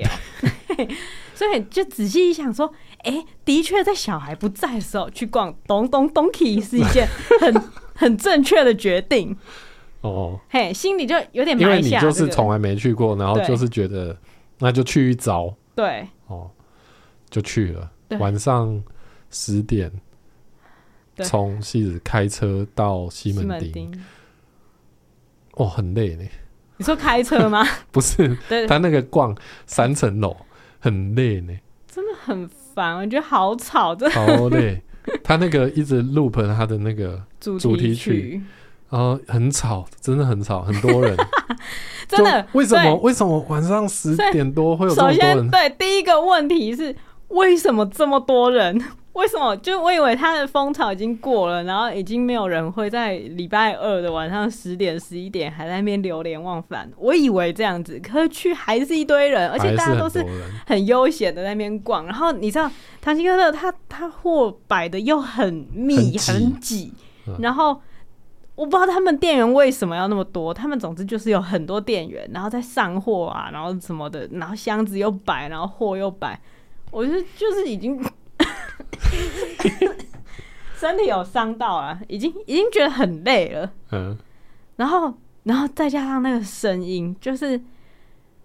所以就仔细一想说，哎、的确在小孩不在的时候去逛东东东 key 是一件很 很正确的决定。
哦，
嘿，心里就有点
因为
埋
你
下、这
就
个
是从来没去过，然后
对
就是觉得那就去一遭
对
哦，就去了。
对
晚上十点，
对
从西子开车到西门町，
町，
哦，很累呢。
你说开车 吗？
不是，
对，
他那个逛三层楼很累呢，
很烦，我觉得好吵，这
超累。他那个一直 loop 他的那个，
主
主题
题
曲，然后很吵，真的很吵，很多人。
真的
就为什么
对
为什么晚上十点多会有这
首
么多
先，
人？
对第一个问题是为什么这么多人？ 为什么？就我以为他的风潮已经过了，然后已经没有人会在礼拜二的晚上十点、十一点还在那边流连忘返。我以为这样子，可是去还是一堆人，而
还
且大家
是很
都是
多人，
很悠闲的在那边逛。然后你知道，唐吉诃德他他货摆的又很
很
密
挤
很挤
嗯，
然后我不知道他们店员为什么要那么多，他们总之就是有很多店员，然后在上货啊，然后什么的，然后箱子又摆，然后货又摆，我就就是已经 身体有伤到啊，已经已经觉得很累了。
嗯，
然后，然后再加上那个声音，就是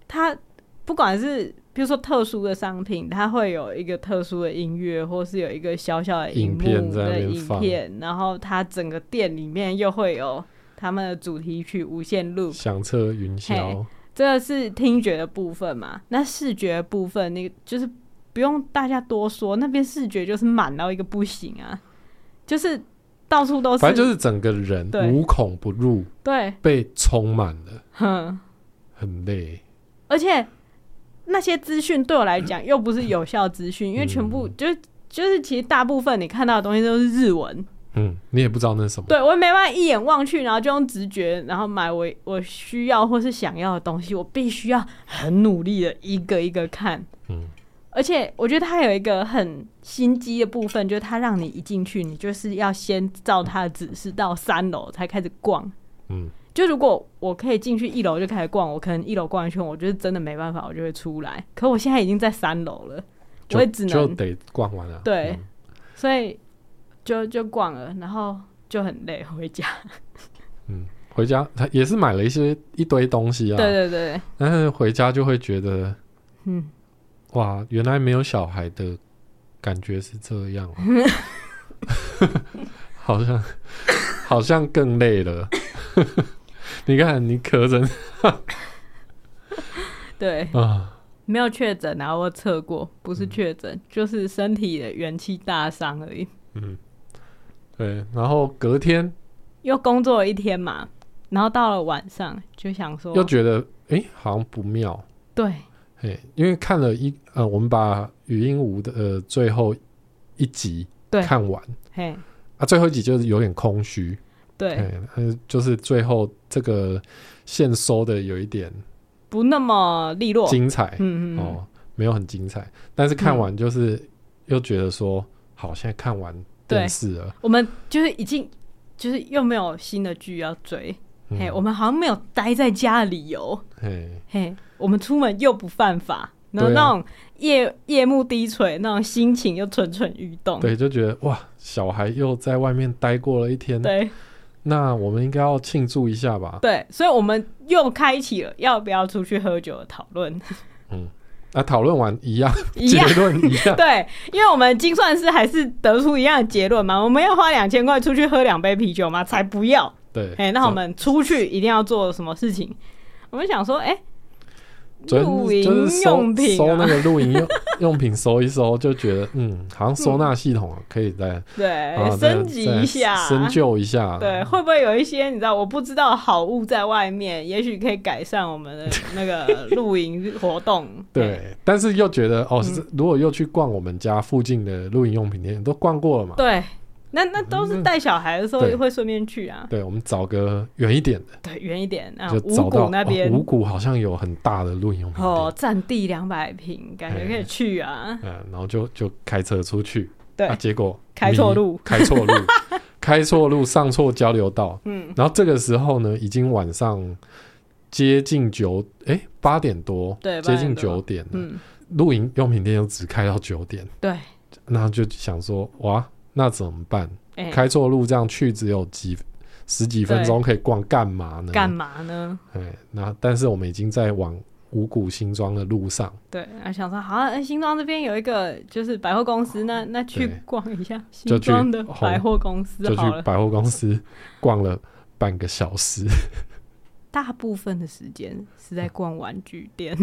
它不管是比如说特殊的商品，它会有一个特殊的音乐，或是有一个小小的荧
影
幕
片在那
的
边
影
放
片，然后它整个店里面又会有他们的主题曲《无限 loop》，
响彻云霄
嘿。这个是听觉的部分嘛？那视觉的部分，那个就是不用大家多说，那边视觉就是满到一个不行啊，就是到处都是，
反正就是整个人
对
无孔不入，
对，
被充满了，
哼。
很累。
而且那些资讯对我来讲又不是有效资讯，因为全部就是就是其实大部分你看到的东西都是日文，
嗯，你也不知道那是什么。
对我也没办法一眼望去，然后就用直觉，然后买我我需要或是想要的东西，我必须要很努力的一个一个看。
嗯，
而且我觉得它有一个很心机的部分，就是它让你一进去，你就是要先照它的指示到三楼才开始逛。
嗯，
就如果我可以进去一楼就开始逛，我可能一楼逛一圈，我就是真的没办法，我就会出来。可我现在已经在三楼了，
就
我也只
就
能
得逛完了。
对
嗯
所以就就逛了，然后就很累回家。
回家他也是买了一些一堆东西啊。
对对对，
但是回家就会觉得，
嗯，
哇，原来没有小孩的感觉是这样啊、 好像好像更累了。 你看，你咳着
对，
啊，
没有确诊啊，我测过，不
嗯
是确诊，就是身体的元气大伤而已。
对，然后隔天
又工作了一天嘛，然后到了晚上就想说，
又觉得，诶，好像不妙，
对，
嘿，因为看了一呃，我们把语音无的呃最后一集
对
看完
嘿，
啊，最后一集就是有点空虚，
对，
嘿，呃就是最后这个线收的有一点
不那么利落。
精彩，
嗯嗯，嗯
哦，没有很精彩，但是看完就是又觉得说，好，现在看完电视了，
我们就是已经就是又没有新的剧要追，
嗯
嘿，我们好像没有待在家的理由，
嘿，
嘿，我们出门又不犯法，然后
对啊
那种夜、夜幕低垂，那种心情又蠢蠢欲动，
对，就觉得哇，小孩又在外面待过了一天，
对
那我们应该要庆祝一下吧？
对所以我们又开启了要不要出去喝酒的讨 论，
那啊讨论完一样，
一
结
样。
论一 样，
对，因为我们精算师还是得出一样的结论嘛，我们要花两千块出去喝两杯啤酒吗？才不要！
对，
哎、那我们出去一定要做什么事情？我们想说，哎、
昨天
露营
就是收
用品
收那
啊，
个露营用用品收一收，就觉得嗯，好像收纳系统啊可以再
对，
啊再
哎升级一下，
再深究一下，
对，会不会有一些你知道我不知道的好物在外面，也许可以改善我们的那个露营活 动。哎，
对，但是又觉
嗯
得哦，是如果又去逛我们家附近的露营用品店，都逛过了嘛？
对，那那都是带小孩的时候
对
会顺便去啊。
对，我们找个远一点的，
对，远一点啊，
就
五
找到
谷那
哦
边
五谷好像有很大的露营用品
哦，
店，
占地两百平，感觉可以去啊。
嗯，然后就就开车出去，
对
啊，结果
开错路
迷，开错路， 开错路，上错交流道，
嗯，
然后这个时候呢，已经晚上接近九，哎，八点多，
对
接
8点
近
多
九点了，
嗯，
露营用品店又只开到九点，
对，
那就想说哇，那怎么办？
哎、
开错路这样去只有几十几分钟可以逛，干嘛呢？
干嘛呢？
哎，那但是我们已经在往五谷新庄的路上，
对，啊，想说好像、哎新庄这边有一个就是百货公司，那那去
对
逛一下
就
新
去
庄的
红
百货公司
就
好
去
了。
百货公司逛了半个小时。
大部分的时间是在逛玩具店，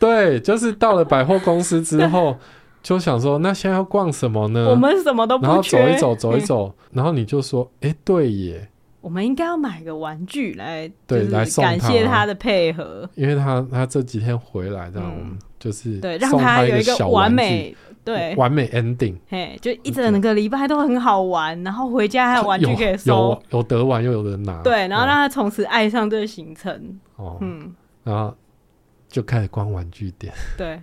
对，就是到了百货公司之 后，就想说那现在要逛什么呢？
我们什么都
嗯然
不
后
缺。哎
走一走，走一走，然后你就说，哎，对耶，
我们应该要买个玩具来，
对
就是
来送
感
他
谢他的配合，
因为他他这几天回来，这样
嗯
我们就是
对，让
送
他有
一
一个
小
完
玩具
美，对，
完美 ending，
嘿，就一整个礼拜都很好玩，然后回家还有玩具可以收
有，啊有得玩又有得拿，
对，然后
哦
让他从此爱上这个行程，
哦，
嗯，
然后就开始逛玩具店。
对，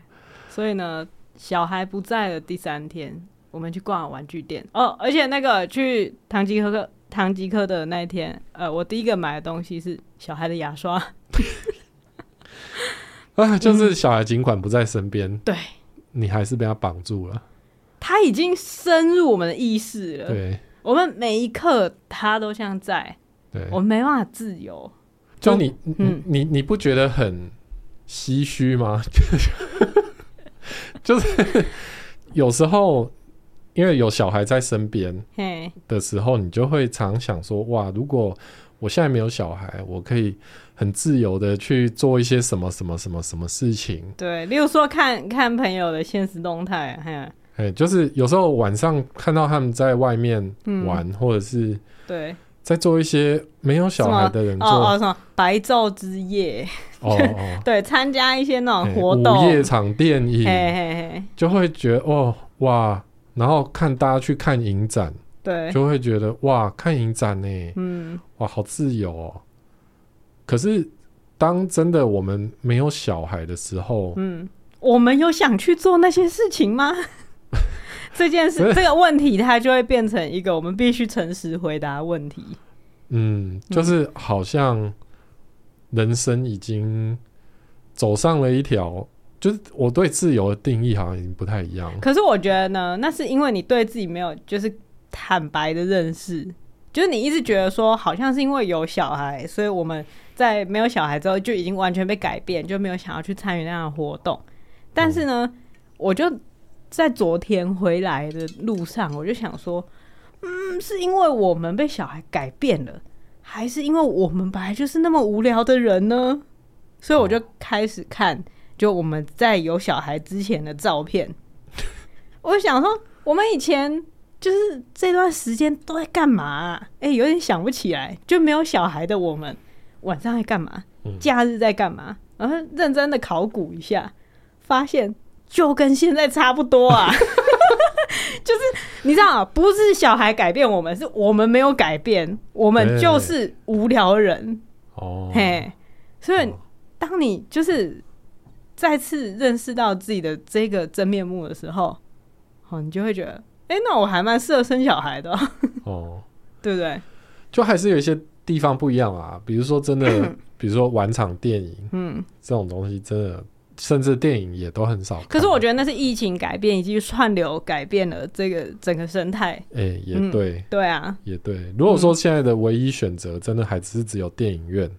所以呢，小孩不在的第三天，我们去逛玩具店哦，而且那个去唐吉诃德唐吉诃德那一天，呃，我第一个买的东西是小孩的牙刷，嗯
啊，就是小孩尽管不在身边，
对
你还是被他绑住了。
它已经深入我们的意识了。
对
我们每一刻它都像在，
对，
我们没办法自由。
就你你
哦嗯
你你不觉得很唏嘘吗？ 就是有时候因为有小孩在身边
嘿，
的时候，你就会常想说，哇，如果我现在没有小孩，我可以很自由的去做一些什么什么什么什么事情。
对，例如说看看朋友的现实动态，嘿，
哎、就是有时候晚上看到他们在外面
嗯
玩，或者是
对，
在做一些没有小孩的人
哦
做
哦，什么白昼之夜，
哦哦，
对，参加一些那种
哎
哦活
午
动，
夜场电影，
嘿嘿嘿，
就会觉得哦哇，然后看大家去看影展，
对，
就会觉得哇，看影展呢，
嗯，
哇，好自由哦。可是当真的我们没有小孩的时候，
嗯，我们有想去做那些事情 吗？这件
不
事
是
这个问题，它就会变成一个我们必须诚实回答的问题。
嗯，就是好像人生已经走上了一条，就是我对自由的定义好像已经不太 一样。
可是我觉得呢，那是因为你对自己没有就是坦白的认识，就是你一直觉得说，好像是因为有小孩，所以我们在没有小孩之后就已经完全被改变，就没有想要去参与那样的活动。但是呢，我就在昨天回来的路上，我就想说，嗯，是因为我们被小孩改变了，还是因为我们本来就是那么无聊的人呢？所以我就开始看，就我们在有小孩之前的照片。 我想说，我们以前就是这段时间都在干嘛、啊？哎、有点想不起来，就没有小孩的我们晚上在干嘛？假日在干嘛？然后认真的考古一下，发现就跟现在差不多啊。就是你知道、啊，不是小孩改变我们，是我们没有改变，我们
对
就是无聊人。
哦，
嘿，所以
哦
当你就是再次认识到自己的这个真面目的时候，哦，你就会觉得，哎、那我还蛮适合生小孩的哦、
哦，
对不对？
就还是有一些地方不一样啊，比如说 真的，比如说晚场电影
嗯，
这种东西，真的，甚至电影也都很少看。
可是我觉得那是疫情改变以及串流改变了这个整个生态。
哎、也
嗯
对。
对啊，
也对，如果说现在的唯一选择真的还只是只有电影院，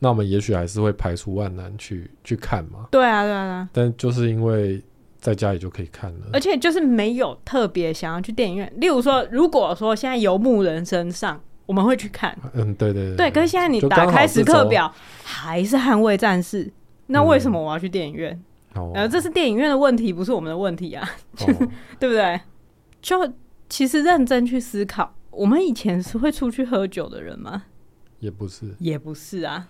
那我们也许还是会排除万难去去看嘛。
对啊，对啊，对啊。
但就是因为在家里就可以看了，
而且就是没有特别想要去电影院，例如说，如果说现在游牧人身上，我们会去看，
嗯，对对
对。可是现在你
就
打
刚好
开
是
时刻
走
表，还是捍卫战士，那
嗯
为什么我要去电影院？
哦
呃，这是电影院的问题，不是我们的问题啊，
哦
对不对？就其实认真去思考，我们以前是会出去喝酒的人吗？
也不是，
也不是啊。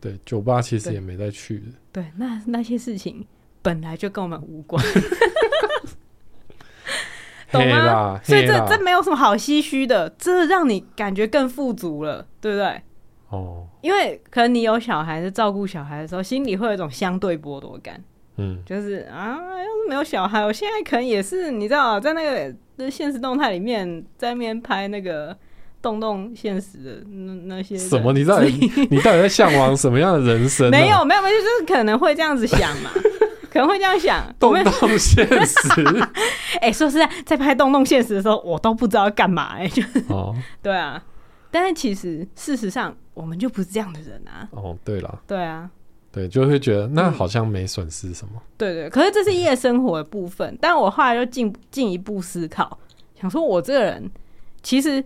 对，酒吧其实
对
也没再去了，
对，那那些事情本来就跟我们无关，懂
嘿
吗
啦？，
所以
啊嘿
这
啦
这没有什么好唏嘘的，这让你感觉更富足了，对不对？
哦，
因为可能你有小孩，在照顾小孩的时候，心里会有一种相对剥夺感。
嗯，
就是啊，要是没有小孩，我现在可能也是，你知道，在那个就是现实动态里面，在那边拍那个动动现实的那那些人
什么？你到底你到底在向往什么样的人生、啊？
没有没有没有，就是可能会这样子想 嘛，可能会这样想。我
动
们
动现实
哎、说实在，在拍动动现实的时候，我都不知道要干嘛哎、就
哦
对啊。但是其实事实上，我们就不是这样的人啊，
哦，对了，
对啊。
对，就会觉得
嗯
那好像没损失什么，
对对，可是这是夜生活的部分。但我后来就进进一步思考，想说我这个人其实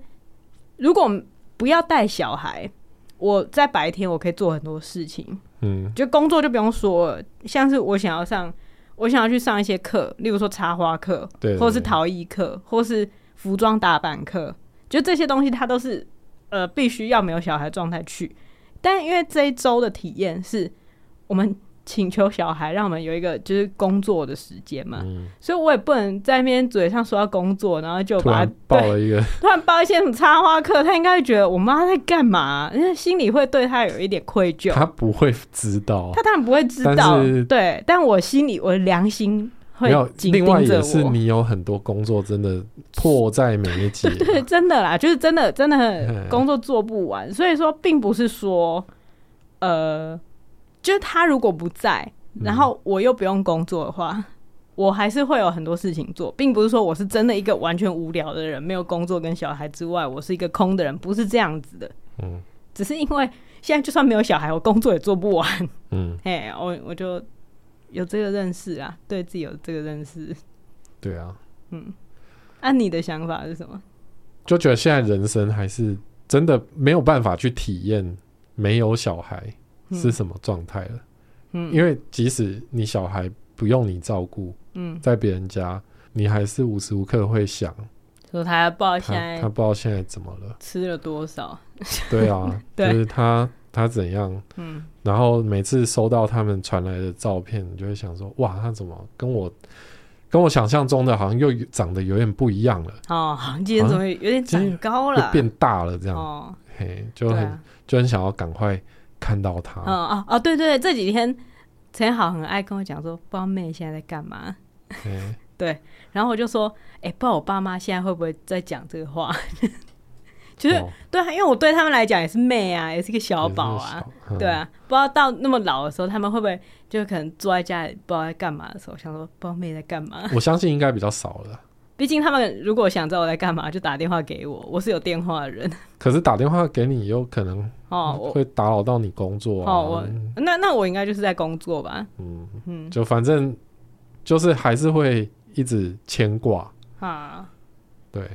如果不要带小孩，我在白天我可以做很多事情，
嗯
就工作就不用说了，像是我想要上，我想要去上一些课，例如说插花课，
对对
或是
对
陶艺课，或是服装打扮课，就这些东西它都是呃必须要没有小孩状态去。但因为这一周的体验是，我们请求小孩让我们有一个就是工作的时间嘛，
嗯，
所以我也不能在那边嘴上说要工作，然后就
突
把
然
它
爆
对
了一个。
突然报一些什么插花课，他应该会觉得我妈在干嘛，因为心里会对他有一点愧疚。
他不会知道
他，当然不会知道
但是，
对，但我心里我的良心会
没有。
紧
另外
盯着
也是
我。
你有很多工作真的迫在眉睫啊，
对，真的啦，就是真的，真的
嗯
工作做不完，所以说并不是说，
嗯
呃，就是他如果不在，然后我又不用工作的话， 我还是会有很多事情做，并不是说我是真的一个完全无聊的人，没有工作跟小孩之外，我是一个空的人，不是这样子的。
嗯
只是因为现在就算没有小孩，我工作也做不完。
嗯，
嘿，我我就有这个认识啊，对自己有这个认识。
对啊，
按、你的想法是什么？
就觉得现在人生还是真的没有办法去体验没有小孩是什么状态了。
嗯
因为即使你小孩不用你照顾，
嗯，
在别人家，你还是无时无刻会想
说他不知道现
他，
在
他不知道现在怎么了。
吃了多少，
对啊，
对
就是他他怎样，
嗯
然后每次收到他们传来的照片，你就会想说，哇，他怎么跟我跟我想象中的好像又长得有点不一样了，
哦，今天怎么有点
哦今天
长高了
又？变大了这样，
哦，
嘿，就
对
很、
啊，
就很想要赶快看到他。
嗯哦哦，对对，这几天陈好很爱跟我讲说，不知道妹现在在干嘛。
嘿
然后我就说，哎、不知道我爸妈现在会不会在讲这个话？ 就是、
哦
对啊，因为我对他们来讲也是妹啊，也是个小宝啊。
也是小嗯
对啊，不知道到那么老的时候，他们会不会就可能坐在家里不知道在干嘛的时候，想说不知道妹在干嘛。
我相信应该比较少了。
毕竟他们如果想知道我在干嘛，就打电话给我，我是有电话的人。
可是打电话给你，有可能
哦，我
会打扰到你工作啊。
哦我那那我应该就是在工作吧？
嗯，
嗯
就反正就是还是会一直牵挂。
啊，
对，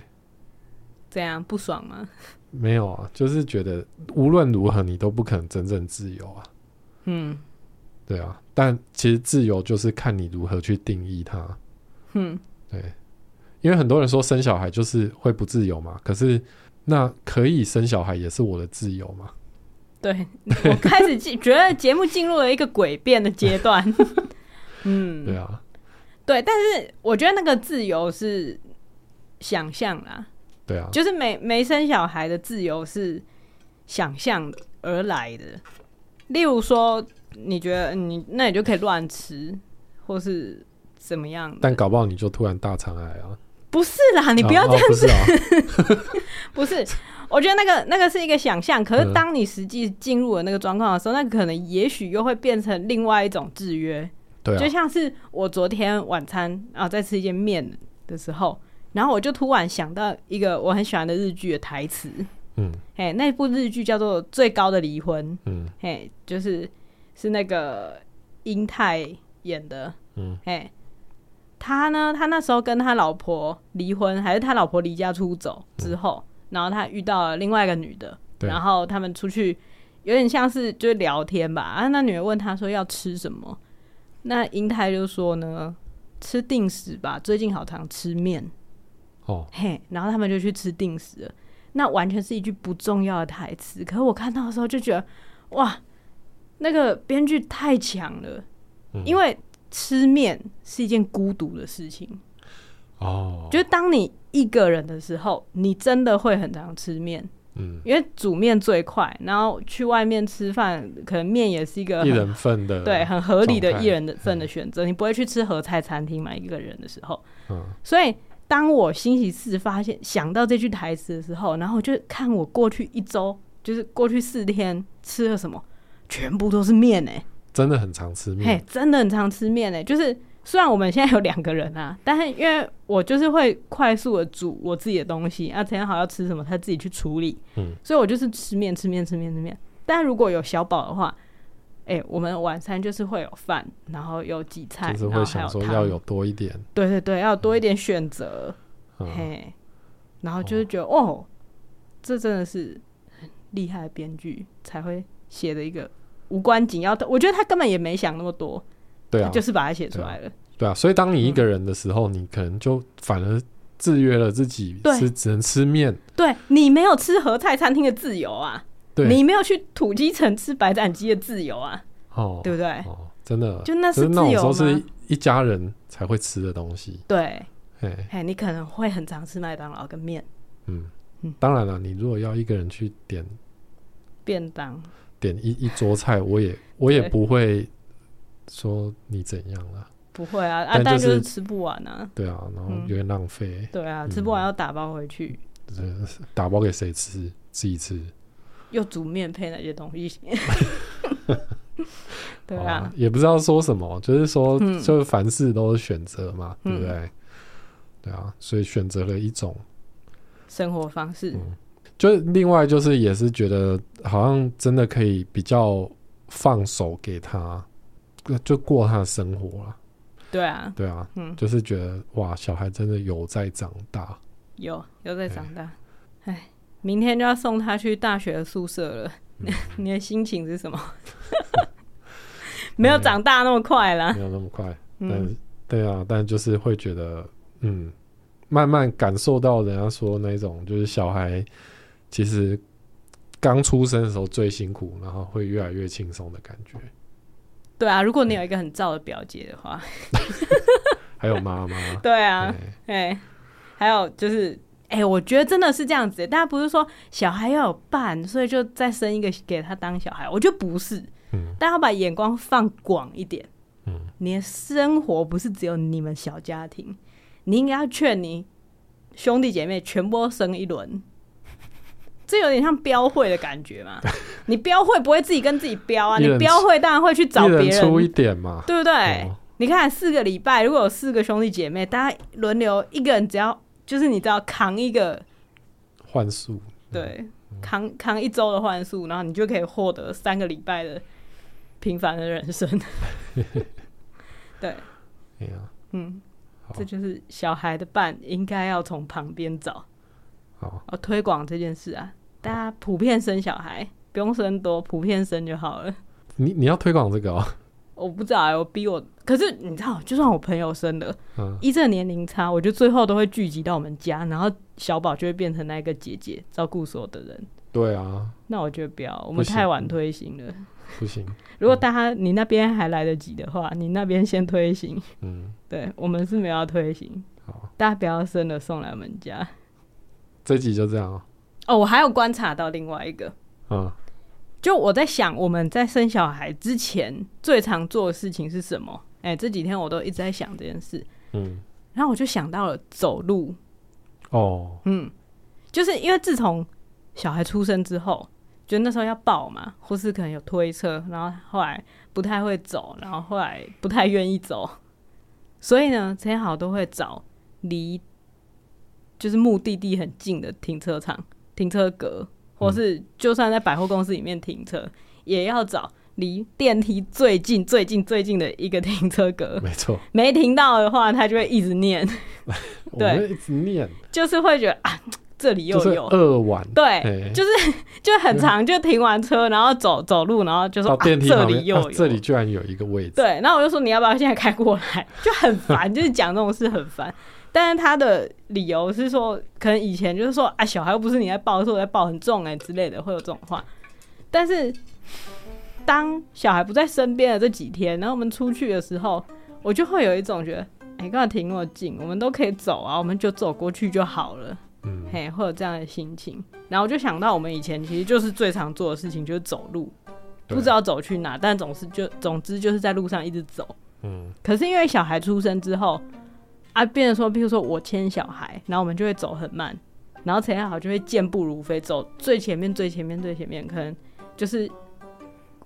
这样不爽吗？
没有啊，就是觉得无论如何你都不可能真正自由啊。
嗯
对啊，但其实自由就是看你如何去定义它。
哼，
因为很多人说生小孩就是会不自由嘛，可是那可以生小孩也是我的自由嘛。
对 我开始进觉得节目进入了一个诡辩的阶段。 嗯，
对啊，
对，但是我觉得那个自由是想象啦，
对啊，
就是没没生小孩的自由是想象而来的。例如说，你觉得你那你就可以乱吃，或是怎么样的？
但搞不好你就突然大肠癌啊！
不是啦，你不要这样，
哦哦、不是啊，
不是。我觉得那个那个是一个想象，可
嗯
是当你实际进入了那个状况的时候，那可能也许又会变成另外一种制约。
对
就
啊，
像是我昨天晚餐啊，在吃一间面的时候，然后我就突然想到一个我很喜欢的日剧的台词，
嗯
哎，那部日剧叫做《最高的离婚》，
嗯
嘿，就是是那个英泰演的，
嗯，
嘿，他呢，他那时候跟他老婆离婚，还是他老婆离家出走之后，然后他遇到了另外一个女的，
嗯对
然后他们出去有点像是就是聊天吧，啊，那女的问他说要吃什么，那英泰就说呢，吃定时吧，最近好常吃面，
哦，
嘿，然后他们就去吃定时了。那完全是一句不重要的台词，可是我看到的时候就觉得，哇，那个编剧太强了，
嗯
因为吃面是一件孤独的事情，
哦，
就是当你一个人的时候，你真的会很常吃面，
嗯，
因为煮面最快，然后去外面吃饭，可能面也是一个
一
很
人份的，
对，很合理
状
的
态
一人的份的选择，你不会去吃合菜餐厅嘛，一个人的时候，
嗯
所以当我星期四发现想到这句台词的时候，然后我就看我过去一周，就是过去四天吃了什么，全部都是面哎、
真的很常吃面
嘿，，真的很常吃面哎、就是虽然我们现在有两个人啊， 但是因为我就是会快速的煮我自己的东西，啊，陈彦豪要吃什么他自己去处理，
嗯，
所以我就是吃面吃面吃面吃面。但如果有小宝的话，哎、我们晚餐就是会有饭，然后有几菜，
就是
然
会
后还
想
有
说
汤
要有多一点，
对对对，要有多一点选择。
嗯，
嘿，然后就是觉得哦这真的是很厉害的编剧才会写的一个无关紧要的，我觉得他根本也没想那么多，
对啊
他，就是把它写出
对啊
来了。
对啊，所以当你一
嗯
个人的时候，你可能就反而制约了自己，
对
是只能吃面，
对你没有吃合菜餐厅的自由啊，
啊对，
你没有去土鸡城吃白斩鸡的自由啊，
哦，
对不对？
哦，真的，
就那
就是是那
自
种时
由
候
吗
是？一家人才会吃的东西，
对，
哎，
嘿，你可能会很常吃麦当劳跟面
嗯
嗯，
当然了，你如果要一个人去点
便当，
点一一桌菜，我 也我也
对
不会说你怎样啦，
不会啊，啊，
但
但
就
就是是吃不完啊，
对啊，然后
嗯
有点浪费，
对啊，
嗯
吃不完要打包回去，
就是打包给谁吃，自己吃，
又煮面配那些东西，对
好
啊
啦，也不知道说什么，就是说，
嗯
就是凡事都是选择嘛，
嗯
对不对？对啊，所以选择了一种，
生活方式，
嗯就是另外就是也是觉得好像真的可以比较放手给他，就过他的生活了。
对啊，
对啊，
嗯，
就是觉得哇，小孩真的有在长大。
有有在
对
长大，哎，明天就要送他去大学的宿舍了， 你的心情是什么？ 没有
没有
长大那么快啦，
没有那么快，
嗯，
但对啊，但就是会觉得，嗯，慢慢感受到人家说那种，就是小孩其实刚出生的时候最辛苦，然后会越来越轻松的感觉。
对啊，如果你有一个很燥的表姐的话，
还有妈妈，
对 啊，
对
哎，还有就是，哎、我觉得真的是这样子。大家不是说小孩要有伴，所以就再生一个给他当小孩，我觉得不是。
嗯
大家要把眼光放广一点。
嗯，
你的生活不是只有你们小家庭，你应该要劝你兄弟姐妹全部都生一轮。这有点像标会的感觉 嘛？你标会不会自己跟自己标啊？
一
你
人
标会当然会去找
一
别
人出一点嘛，
对不对？
哦
你看四个礼拜，如果有四个兄弟姐妹，大家轮流，一个人只要就是你只要扛一个，
换数，
对，扛扛一周的幻术，然后你就可以获得三个礼拜的平凡的人生。对，
哎呀，
嗯，
好
这就是小孩的伴应该要从旁边找，
好，
要推广这件事啊，大家普遍生小孩，不用生多，普遍生就好了。
你你要推广这个哦，
我不知道、欸，我逼我，可是你知道，就算我朋友生了，
嗯，
依这个年龄差，我觉得最后都会聚集到我们家，然后小宝就会变成那个姐姐照顾所有的人。
对啊，
那我觉得不要，我
不
们
行
太晚推行了。
不行，
如果大家你那边还来得及的话，你那边先推行。
嗯，
对我们是没有要推行，
好，
大家不要生了送来我们家。
这集就这样哦，
哦，我还有观察到另外一个，
嗯，
就我在想我们在生小孩之前最常做的事情是什么？哎、这几天我都一直在想这件事，
嗯，
然后我就想到了走路。
哦，
嗯就是因为自从小孩出生之后，就那时候要抱嘛，或是可能有推车，然后后来不太会走，然后后来不太愿意走，所以呢，陈好都会找离就是目的地很近的停车场、停车格，或是就算在百货公司里面停车，也要找离电梯最近、最近、最近的一个停车格。
没错，
没停到的话，他就会一直念，
我
对
们一直念，
就是会觉得啊，这里又
就是
有，
二晚，
对，
哎
就很长，就停完车，然后走走路，然后就说、
到
啊、
电梯
这
旁
里
边，
又
啊
有、
这里居然有一个位置，
对，然后我就说你要不要现在开过来， 就很烦，就是讲这种事很烦。但是他的理由是说，可能以前就是说啊，小孩又不是你在抱，是我在抱很重哎、之类的，会有这种话。但是当小孩不在身边的这几天，然后我们出去的时候，我就会有一种觉得，哎、干嘛停那么近？我们都可以走啊，我们就走过去就好了。
嗯，
嘿，会有这样的心情。然后我就想到，我们以前其实就是最常做的事情就是走路，
对
不知道走去哪，但总是就总之就是在路上一直走。
嗯，
可是因为小孩出生之后，啊，变成说，譬如说我牵小孩，然后我们就会走很慢，然后陈彦豪就会健步如飞，走最前面、最前面、最前面，可能就是。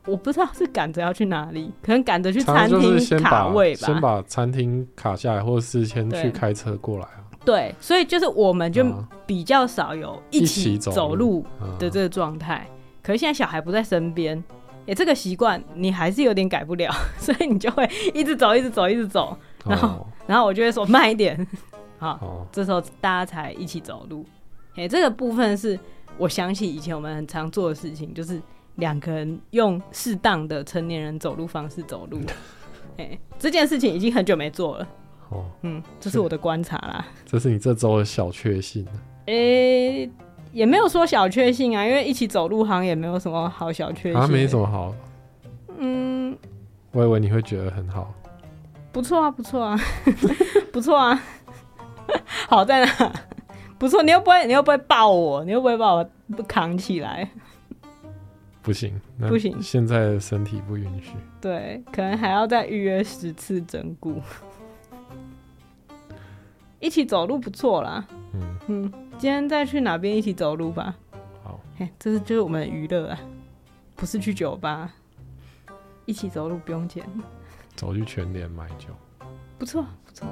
我不知道是赶着要去哪里，可能赶着去
常
餐
常就
厅
是先
卡
把
位吧，
先把餐厅卡下来，或者是先
对
去开车过来啊，
对，所以就是我们就
啊
比较少有
一
起
起走
走路
路嗯
的这个状态。可是现在小孩不在身边，哎、这个习惯你还是有点改不了， 所以你就会一直走，一直走，一直走。然后然后我就会说慢一点， 好，
哦，
这时候大家才一起走路。哎、这个部分是我想起以前我们很常做的事情，就是两个人用适当的成年人走路方式走路。哎、这件事情已经很久没做了，
哦哦，
嗯，这是我的观察啦。
这是你这周的小确幸。
诶、也没有说小确幸啊，因为一起走路好像也没有什么好小确幸、
啊，没什
么。
么好，
嗯，
我以为你会觉得很好。
不错啊，不错啊， 不错啊。好在哪？不错，你又不会，你又不会抱我，你又不会把我扛起来。
不行，那
不行
现在的身体不允许。
对，可能还要再预约十次整骨。一起走路不错啦，
嗯，
嗯，今天再去哪边一起走路吧。
好，
嘿，这是就是我们的娱乐啊，不是去酒吧。
一起走路不用钱，
走去全联买酒。
不错不错。